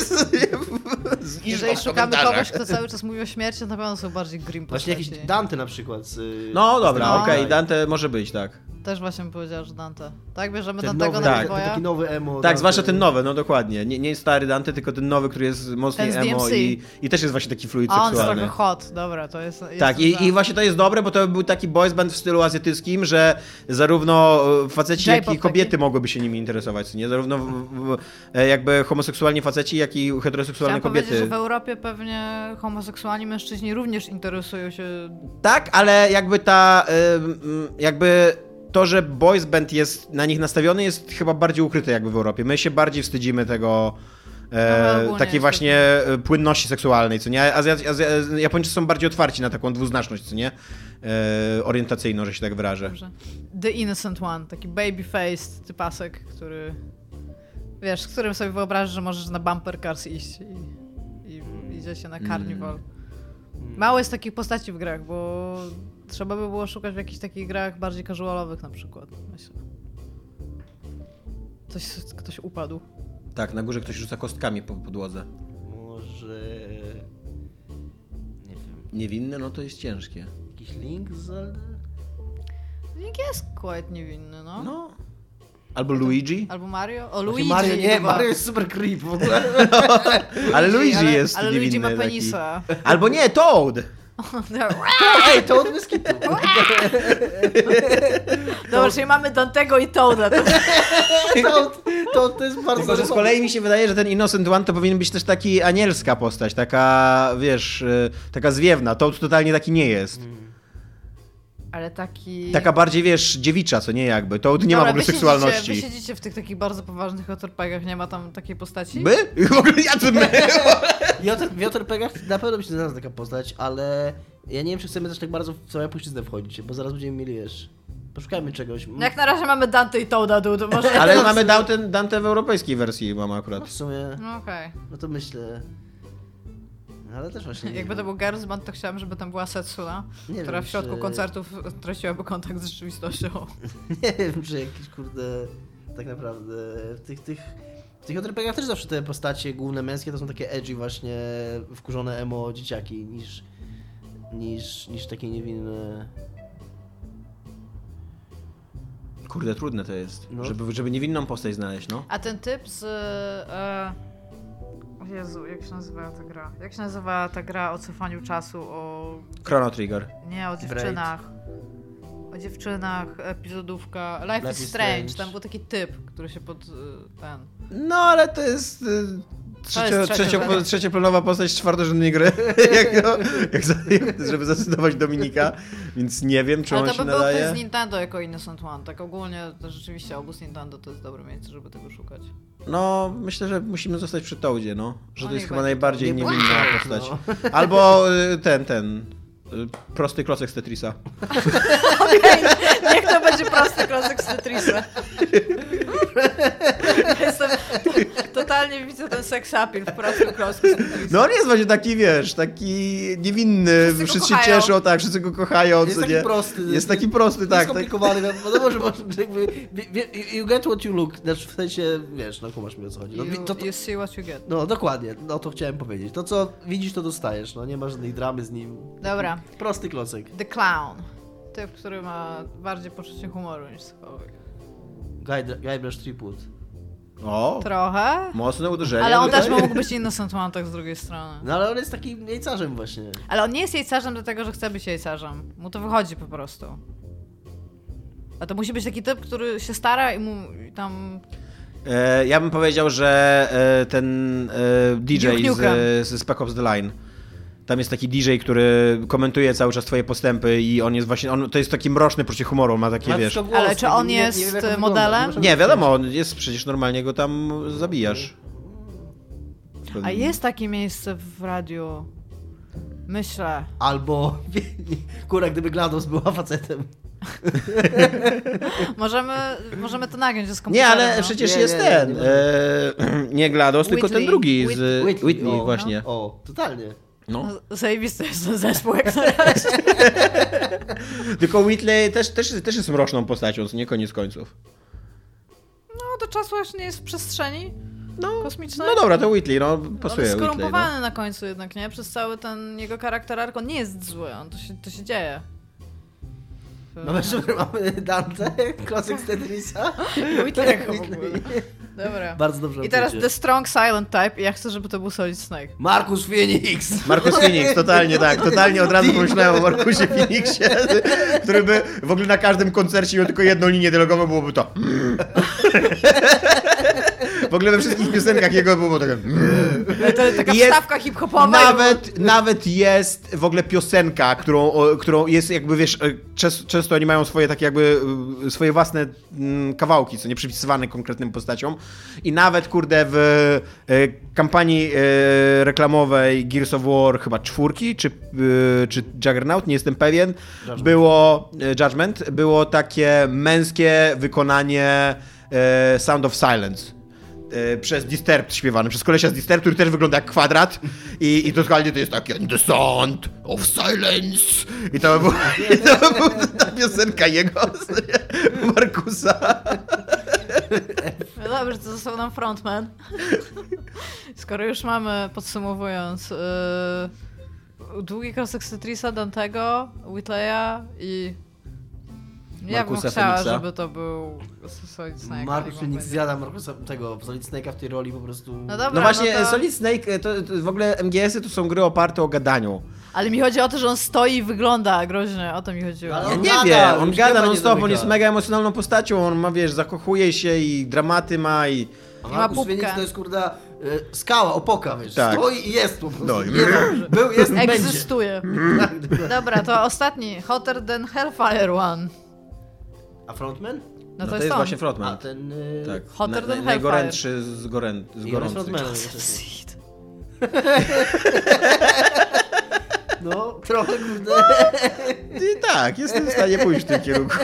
S3: Zniszcz go
S2: jeżeli
S3: w
S2: szukamy
S3: komentarzach.
S2: kogoś, kto cały czas mówi o śmierci, to na pewno są bardziej grim
S4: Właśnie jakiś
S2: postaci.
S4: Dante na przykład. Z, yy,
S3: No
S4: z
S3: dobra,
S4: tego
S2: No.
S3: okej,
S4: Jedi.
S3: Dante może być, tak.
S2: Też właśnie bym powiedziała, że Dante. Tak, bierzemy
S4: Ten
S2: Dantego
S4: nowy,
S2: na
S3: tak,
S4: taki-
S2: Playboya?
S4: taki nowy emo.
S3: Tak, zwłaszcza ten nowy, no dokładnie. Nie, nie stary Dante, tylko ten nowy, który jest mocniej
S2: Ten z
S3: emo
S2: DMC.
S3: i, i też jest właśnie taki fluid
S2: A on jest
S3: seksualny.
S2: trochę hot, dobra, to jest... jest
S3: Tak, i,
S2: za-
S3: i właśnie to jest dobre, bo to był taki boys band w stylu azjatyckim, że zarówno e, faceci, jak
S2: J-pop
S3: i
S2: taki.
S3: kobiety mogłyby się nimi interesować, co nie? Zarówno w, w, e, jakby homoseksualni faceci, jak i heteroseksualne
S2: Chciałam powiedzieć, że
S3: kobiety.
S2: w Europie pewnie homoseksualni mężczyźni również interesują się...
S3: Tak, ale jakby ta, e, mm, jakby to, że boys band jest na nich nastawiony, jest chyba bardziej ukryte jakby w Europie. My się bardziej wstydzimy tego.
S2: No,
S3: E,
S2: ogólnie
S3: takiej
S2: jest
S3: właśnie e, płynności seksualnej, co nie? Azja, Azja, Japończycy są bardziej otwarci na taką dwuznaczność, co nie? E, orientacyjną, że się tak wyrażę.
S2: Dobrze. The Innocent One, taki baby-faced typasek, który... Wiesz, z którym sobie wyobrażasz, że możesz na bumper cars iść i, i idzie się
S3: Mm.
S2: na carnival. Mało jest takich postaci w grach, bo trzeba by było szukać w jakichś takich grach bardziej casualowych na przykład, myślę. Coś, ktoś upadł.
S3: Tak, na górze ktoś rzuca kostkami po podłodze.
S4: Może... Nie wiem.
S3: Niewinne, no to jest ciężkie.
S4: Jakiś link z Zelda?
S2: Nikt jest quite niewinny, no.
S3: No. Albo Luigi?
S2: Albo Mario? O, Luigi!
S4: Znaczy, Mario, nie,
S2: chyba.
S4: Mario jest super creep w ogóle.
S3: Ale Luigi
S2: ale,
S3: jest
S2: Ale
S3: niewinny
S2: Luigi ma
S3: taki.
S2: penisa.
S3: Albo nie, Toad!
S4: Tak, Ej, to od Beskitu.
S2: Dobra, czyli mamy Dantego i Toada. To
S4: To, to, to jest bardzo...
S3: Tylko, że z kolei mi się wydaje, że ten Innocent One to powinien być też taki anielska postać, taka, wiesz, y, taka zwiewna. Toad totalnie taki nie jest.
S2: Mm. Ale taki...
S3: Taka bardziej, wiesz, dziewicza, co nie jakby. Toad nie ma w
S2: Dobra,
S3: ogóle
S2: wy siedzicie-
S3: seksualności.
S2: Wy siedzicie w tych takich bardzo poważnych hotterpegach, nie ma tam takiej postaci?
S3: My? W ogóle ja to my?
S4: Jotter- W Jotter na pewno by się znalazła taka postać, ale ja nie wiem, czy chcemy też tak bardzo w całą płaszczyznę wchodzić, bo zaraz będziemy mieli, wiesz, Poszukajmy czegoś. M-
S2: No Jak na razie mamy Dante i Toadadu, to może...
S3: Ale mamy Dante, Dante w europejskiej wersji mamy
S4: No w
S3: akurat.
S4: sumie,
S2: No okej.
S4: no to myślę. No ale też właśnie. nie
S2: Jakby to
S4: wiem.
S2: był Gersband, to chciałam, żeby tam była Setsuna,
S4: Nie
S2: która
S4: wiem,
S2: w środku
S4: czy-
S2: koncertów traciłaby kontakt z rzeczywistością.
S4: Nie wiem, czy jakiś kurde. Tak naprawdę. W tych. tych... W tych rpg też zawsze te postacie główne męskie to są takie edgy właśnie wkurzone emo dzieciaki niż, niż, niż takie niewinne.
S3: Kurde, trudne to jest,
S4: No.
S3: żeby, żeby niewinną postać znaleźć, no.
S2: A ten typ z... E... o Jezu, jak się nazywała ta gra? Jak się nazywała ta gra o cofaniu czasu, o...
S3: Chrono Trigger.
S2: Nie, o dziewczynach. O dziewczynach, epizodówka. Life,
S4: Life
S2: is
S4: is
S2: strange.
S4: Strange.
S2: Tam był taki typ, który się pod... e, ten...
S3: No, ale to jest... y, Trzecio,
S2: trzecio-
S3: trzecio, trzecioplanowa postać czwartorzędnej gry, jak, no, jak, za- żeby zacytować Dominika, więc nie wiem, czy
S2: Ale
S3: on
S2: to
S3: się
S2: by był ktoś
S3: nadaje.
S2: z Nintendo jako Innocent One. Tak ogólnie to rzeczywiście obóz Nintendo to jest dobre miejsce, żeby tego szukać.
S3: No, myślę, że musimy zostać przy Toadzie, no. Że
S2: No
S3: to jest
S2: niech
S3: chyba
S2: będzie
S3: najbardziej
S4: Nie
S3: niewinna
S4: bądź-
S3: postać.
S4: no.
S3: Albo y, ten, ten. y, Prosty klocek z Tetrisa.
S2: Niech to będzie prosty klocek z Tetrisa. Ja Jestem... Totalnie widzę ten seks appeal w prostym klocku z Tetrisa.
S3: No on jest właśnie taki, wiesz, taki niewinny. Wszyscy,
S2: Wszyscy go
S3: się
S2: kochają.
S3: cieszą, tak, wszyscy go kochają.
S4: Jest
S3: co
S4: taki
S3: nie?
S4: prosty.
S3: Jest taki prosty,
S4: tak,
S3: tak. tak.
S4: skomplikowany, tak. no dobrze, może jakby, wie- wie- you get what you look, znaczy w sensie, wiesz, no kumasz mi o co chodzi. No, wi-
S2: You,
S4: to, to,
S2: you see what you get.
S4: no dokładnie, no to chciałem powiedzieć. To co widzisz, to dostajesz, no nie ma żadnej dramy z nim.
S2: Dobra.
S4: Prosty klocek.
S2: The Clown. Typ, który ma bardziej poczucie humoru niż schowy.
S4: Guy- Guybrush Threepwood.
S3: O,
S2: Trochę.
S3: mocne uderzenie.
S2: Ale on
S3: tutaj.
S2: też mógł być Innocent One tak z drugiej strony.
S4: No ale on jest takim jajcarzem właśnie.
S2: Ale on nie jest jejcarzem dlatego, że chce być jejcarzem. Mu to wychodzi po prostu. A to musi być taki typ, który się stara i mu i tam...
S3: E, ja bym powiedział, że e, ten e, DJ
S2: Duke
S3: z,
S2: Nukem.
S3: e, z Spec Ops The Line. Tam jest taki DJ, który komentuje cały czas twoje postępy i on jest właśnie, on, to jest taki mroczny poczucie humoru, ma
S2: No,
S3: takie,
S4: Ma
S3: wiesz...
S4: tylko głos,
S2: Ale czy
S4: jakby
S2: on
S4: nie- nie
S2: jest,
S4: wiem, jak on
S2: e,
S4: wygląda.
S2: modelem?
S4: może
S3: Nie,
S4: być-
S3: wiadomo, on jest przecież normalnie go tam zabijasz.
S2: A jest takie miejsce w radiu. Myślę.
S4: Albo, kurwa, gdyby GLaDOS była facetem.
S2: Możemy, możemy to nagiąć z
S3: Nie,
S2: komputera.
S3: ale
S2: no.
S3: przecież
S4: Nie,
S3: jest
S4: nie,
S3: ten.
S4: nie,
S3: Nie,
S4: nie.
S3: nie GLaDOS, tylko ten
S2: Whitley. no,
S3: drugi z
S2: Whit-
S3: Y, Whitney,
S4: o,
S3: właśnie.
S4: O, totalnie.
S3: No.
S2: No, Zajebisty jest ten zespół, jak na razie. No.
S3: Tylko Whitley też, też, też jest mroczną postacią, co nie koniec końców.
S2: No, do czasu aż nie jest w przestrzeni
S3: No,
S2: kosmicznej.
S3: no dobra, to Whitley, no
S2: On
S3: pasuje
S2: jest
S3: Whitley.
S2: skorumpowany
S3: No.
S2: na końcu jednak, nie? Przez cały ten jego charakter arko nie jest zły, on to się, to się dzieje.
S3: No,
S4: Mamy, No, mamy Dante, klocek z Tetrisa.
S2: Wojtek w ogóle. Dobra.
S4: Bardzo dobrze
S2: I teraz
S4: obejdzie.
S2: The Strong Silent Type i ja chcę, żeby to był Solid Snake.
S4: Markus Phoenix!
S3: Marcus Phoenix, totalnie tak, totalnie od razu pomyślałem o Marcusie Phoenixie, który by w ogóle na każdym koncercie miał tylko jedną linię dialogową, byłoby to. W ogóle we wszystkich piosenkach jego było takie...
S2: Ale to taka
S3: Jest-
S2: wstawka hip-hopowa.
S3: Nawet, nawet jest w ogóle piosenka, którą, o, którą jest jakby, wiesz, e, czes, często oni mają swoje takie jakby, e, swoje własne mm, kawałki, co nie przypisywane konkretnym postaciom i nawet, kurde, w e, kampanii e, reklamowej Gears of War chyba czwórki, czy, e, czy Juggernaut, nie jestem pewien, było, e, Judgment, było takie męskie wykonanie e, Sound of Silence e, przez Disturbed śpiewany, przez kolesia z Disturbed, który też wygląda jak kwadrat i, i totalnie to jest takie "And The Sound of Silence i to była i to była ta piosenka jego, Markusa.
S2: No dobrze, to został nam frontman. Skoro już mamy, podsumowując, yy, długi krosek Citrisa, Dantego, Whitleya i... Ja bym
S3: Markusa
S2: chciała,
S3: Feniksa.
S2: żeby to był Solid Snake.
S4: Markus
S2: jak
S4: Phoenix
S2: będzie.
S4: zjada Markusa tego, Solid Snake'a w tej roli po prostu...
S2: No dobra,
S3: No właśnie,
S2: no to...
S3: Solid Snake, e, to, to w ogóle MGS-y to są gry oparte o gadaniu.
S2: Ale mi chodzi o to, że on stoi i wygląda groźnie, o to mi chodziło.
S4: Ale
S3: Ja
S4: On
S3: nie
S4: gada,
S3: wiem, on
S4: już
S3: gada
S4: gada, nie
S3: non-stop, on
S4: zamyka.
S3: jest mega emocjonalną postacią, on ma, wiesz, zakochuje się i dramaty ma i...
S4: A
S2: ma
S4: Markus
S2: pupkę.
S4: Phoenix to jest kurda e, skała, opoka, wiesz,
S3: Tak.
S4: stoi i jest po prostu.
S3: No i- Mm.
S4: Nie ma, Był, jest, będzie.
S2: Egzystuje. Dobra, to ostatni. Hotter than Hellfire One.
S4: A frontman?
S2: No,
S3: No
S2: to, jest, on.
S3: właśnie
S4: A
S3: Frotman.
S4: ten... e,
S3: Tak,
S2: Hotter
S3: na,
S2: than
S3: na,
S2: Hellfire.
S3: najgorętszy z, gorę, z
S4: I on jest
S3: gorących.
S4: frontmanem. jednocześnie.
S2: Seed.
S4: No, trochę kurde.
S3: I tak, tak, jestem w stanie pójść w tym kierunku.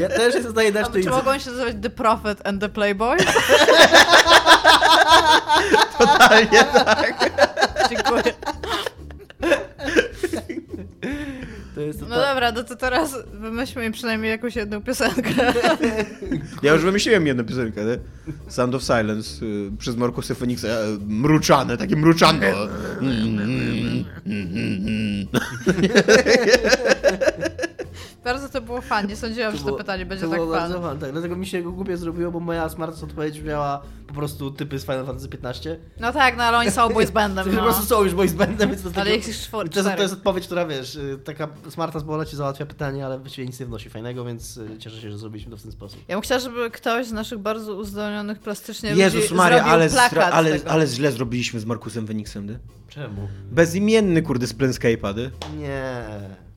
S4: Ja też jestem w stanie dać to
S2: Czy mogą się nazywać The Prophet and the Playboy?
S3: Totalnie tak.
S2: Dziękuję.
S4: To jest
S2: No
S4: to-
S2: dobra, no to teraz wymyślmy im przynajmniej jakąś jedną piosenkę.
S3: Ja już wymyśliłem jedną piosenkę, nie? Sound of Silence y, przez Markusy Feniksa. y, Mruczane, takie mruczanko.
S2: Bardzo to było fajnie, sądziłam, że to
S4: było-
S2: pytanie będzie
S4: to
S2: tak
S4: było bardzo
S2: fan.
S4: fan. Tak, dlatego mi się go głupie zrobiło, bo moja smart odpowiedź miała po prostu typy z Final Fantasy 15.
S2: No tak, no ale oni są boys bandem,
S4: Którzy po
S2: no.
S4: prostu są już boys bandem, więc to
S2: Ale
S4: takie-
S2: ich jest czwór-
S4: I to, jest-
S2: cztery.
S4: to jest odpowiedź, która wiesz, y, taka smarta z bola ci załatwia pytanie, ale właściwie nic nie wnosi fajnego, więc y, cieszę się, że zrobiliśmy to w ten sposób.
S2: Ja bym chciała, żeby ktoś z naszych bardzo uzdolnionych plastycznie
S3: Jezus
S2: ludzi
S3: Maria,
S2: zrobił
S3: ale,
S2: plakat
S3: stra-
S2: z
S3: ale,
S2: tego.
S3: ale źle zrobiliśmy z Markusem Feniksem, nie?
S4: Czemu?
S3: Bezimienny, kurde, z Planescape'a, nie?
S4: Nie.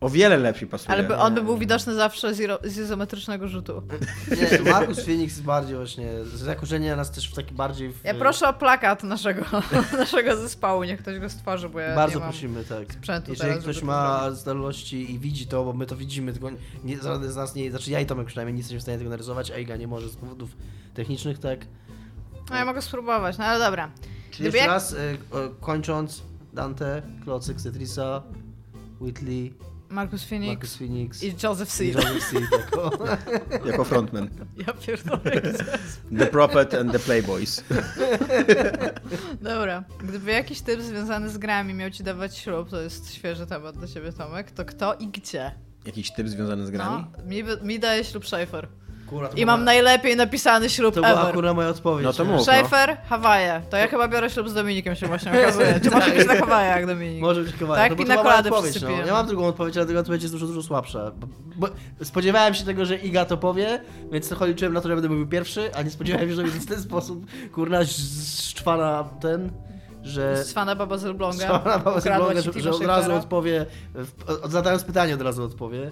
S3: O wiele lepiej pasuje. no,
S2: Ale by, on by był widoczny zawsze z, iro- z izometrycznego rzutu.
S4: Nie, no, Markus Phoenix jest bardziej właśnie, zakurzenia nas też w taki bardziej... W,
S2: Ja proszę o plakat naszego, naszego zespołu, niech ktoś go stworzy, bo ja
S4: Bardzo
S2: nie mam.
S4: prosimy, tak.
S2: sprzętu
S4: Jeżeli
S2: teraz,
S4: ktoś
S2: żeby to
S4: ma
S2: zrobić.
S4: zdolności i widzi to, bo my to widzimy, tylko nie, żaden z nas nie, znaczy ja i Tomek przynajmniej nie jesteśmy w stanie tego narysować, Eiga nie może z powodów technicznych, tak.
S2: No ja mogę spróbować, no ale dobra.
S4: Czyli
S2: Gdyby
S4: jeszcze
S2: jak...
S4: raz, y, o, kończąc, Dante, Klocek, Cetrisa, Whitley,
S2: Markus Phoenix
S4: Marcus Phoenix
S2: i Joseph
S4: i
S2: Seal.
S4: Joseph Seed jako...
S3: Jako frontman.
S2: Ja pierdolę.
S3: The Prophet and the Playboys.
S2: Dobra. Gdyby jakiś typ związany z grami miał ci dawać ślub, to jest świeży temat dla ciebie, Tomek, to kto i gdzie?
S3: Jakiś typ związany z grami?
S2: No, mi, mi daje ślub Schaefer.
S4: Kurwa, to
S2: I
S4: była-
S2: mam najlepiej napisany ślub
S4: To była
S2: ever.
S4: akurat moja odpowiedź.
S3: No to
S4: nie?
S3: mów.
S2: Schaefer, Hawaje. To ja chyba biorę ślub z Dominikiem się właśnie okazuje. Czy może być na Hawajach, Dominik?
S4: Może być kawałek.
S2: Tak,
S4: no bo to
S2: pina
S4: była moja
S2: coladę
S4: odpowiedź, no.
S2: przysypiemy.
S4: Ja mam drugą odpowiedź, ale tego odpowiedź jest dużo, dużo słabsza. Bo, bo spodziewałem się tego, że Iga to powie, więc trochę liczyłem na to, że będę mówił pierwszy, a nie spodziewałem się, że będzie w ten sposób, kurna, ż- ż- szczwana ten, że...
S2: Swana baba z Elbląga.
S4: szczwana baba z
S2: Ukradła
S4: Elbląga,
S2: ci
S4: że,
S2: Tima
S4: że od
S2: Schäfera.
S4: razu odpowie, w- o- zadając pytanie od razu odpowie.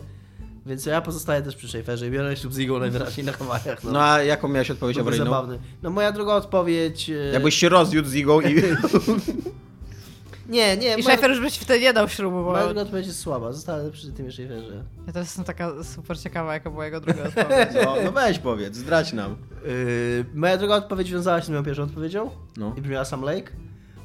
S4: Więc ja pozostaję też przy Schaeferze i biorę ślub z Igą najwyraźniej na Hawajach. No,
S3: No a jaką miałeś odpowiedź
S4: Byłby
S3: awaryjną?
S4: zabawny. No moja druga odpowiedź... e,
S3: Jakbyś się rozwiódł z Igą i...
S4: Nie, nie,
S2: I
S4: moja,
S2: Schaefer już by ci wtedy nie dał ślubu, bo...
S4: moja druga odpowiedź jest słaba, zostanę przy tym Schaeferze.
S2: Ja teraz jestem taka super ciekawa, jaka była jego druga odpowiedź.
S3: No, no weź powiedz, zdrać nam.
S4: Yy, moja druga odpowiedź wiązała się z moją pierwszą odpowiedzią
S3: No.
S4: i brzmiała Sam Lake,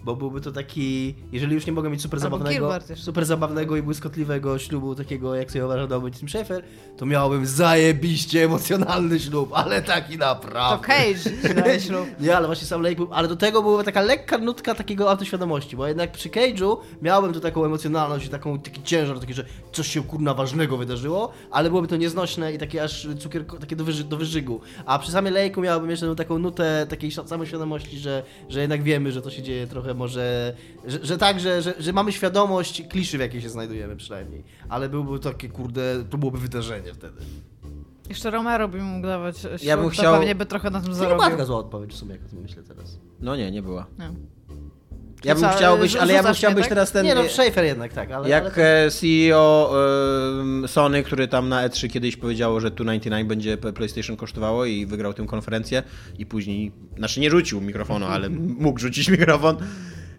S4: bo byłby to taki, jeżeli już nie mogę mieć super
S2: Albo
S4: zabawnego,
S2: Gilbert jeszcze.
S4: super zabawnego i błyskotliwego ślubu, takiego jak sobie uważał być Tim Schafer, to miałbym zajebiście emocjonalny ślub, ale taki
S2: To
S4: naprawdę.
S2: Cage ci daje ślub.
S4: Nie, ale właśnie Sam Lake był, ale do tego była taka lekka nutka takiego autoświadomości, bo jednak przy Cage'u miałbym tu taką emocjonalność i taką, taki ciężar, taki, że coś się kurna ważnego wydarzyło, ale byłoby to nieznośne i takie aż cukier, takie do, wyży, do wyżygu. A przy samej Lake'u miałbym jeszcze tą taką nutę takiej sza- samoświadomości, że, że jednak wiemy, że to się dzieje trochę może, że, że tak, że, że, że mamy świadomość kliszy, w jakiej się znajdujemy przynajmniej, ale byłby takie kurde, to byłoby wydarzenie wtedy.
S2: Jeszcze Romero by mu dawać ślub,
S3: bym
S2: to
S3: chciał-
S2: pewnie by trochę na tym
S4: To była
S2: zarobił.
S4: taka zła odpowiedź w sumie, jak o tym myślę teraz.
S3: No nie, nie była.
S2: Nie.
S3: Ja bym
S2: Co,
S3: chciał być, ale ja bym
S2: rzucasz
S3: chciał
S2: mnie,
S3: być
S2: tak?
S3: teraz ten...
S4: Nie no, Schaefer jednak tak, ale... ale
S3: Jak
S4: to-
S3: e, CEO em, Sony, który tam na E3 kiedyś powiedziało, że 299 będzie P- PlayStation kosztowało i wygrał tę konferencję i później, znaczy nie rzucił mikrofonu, ale mógł rzucić mikrofon.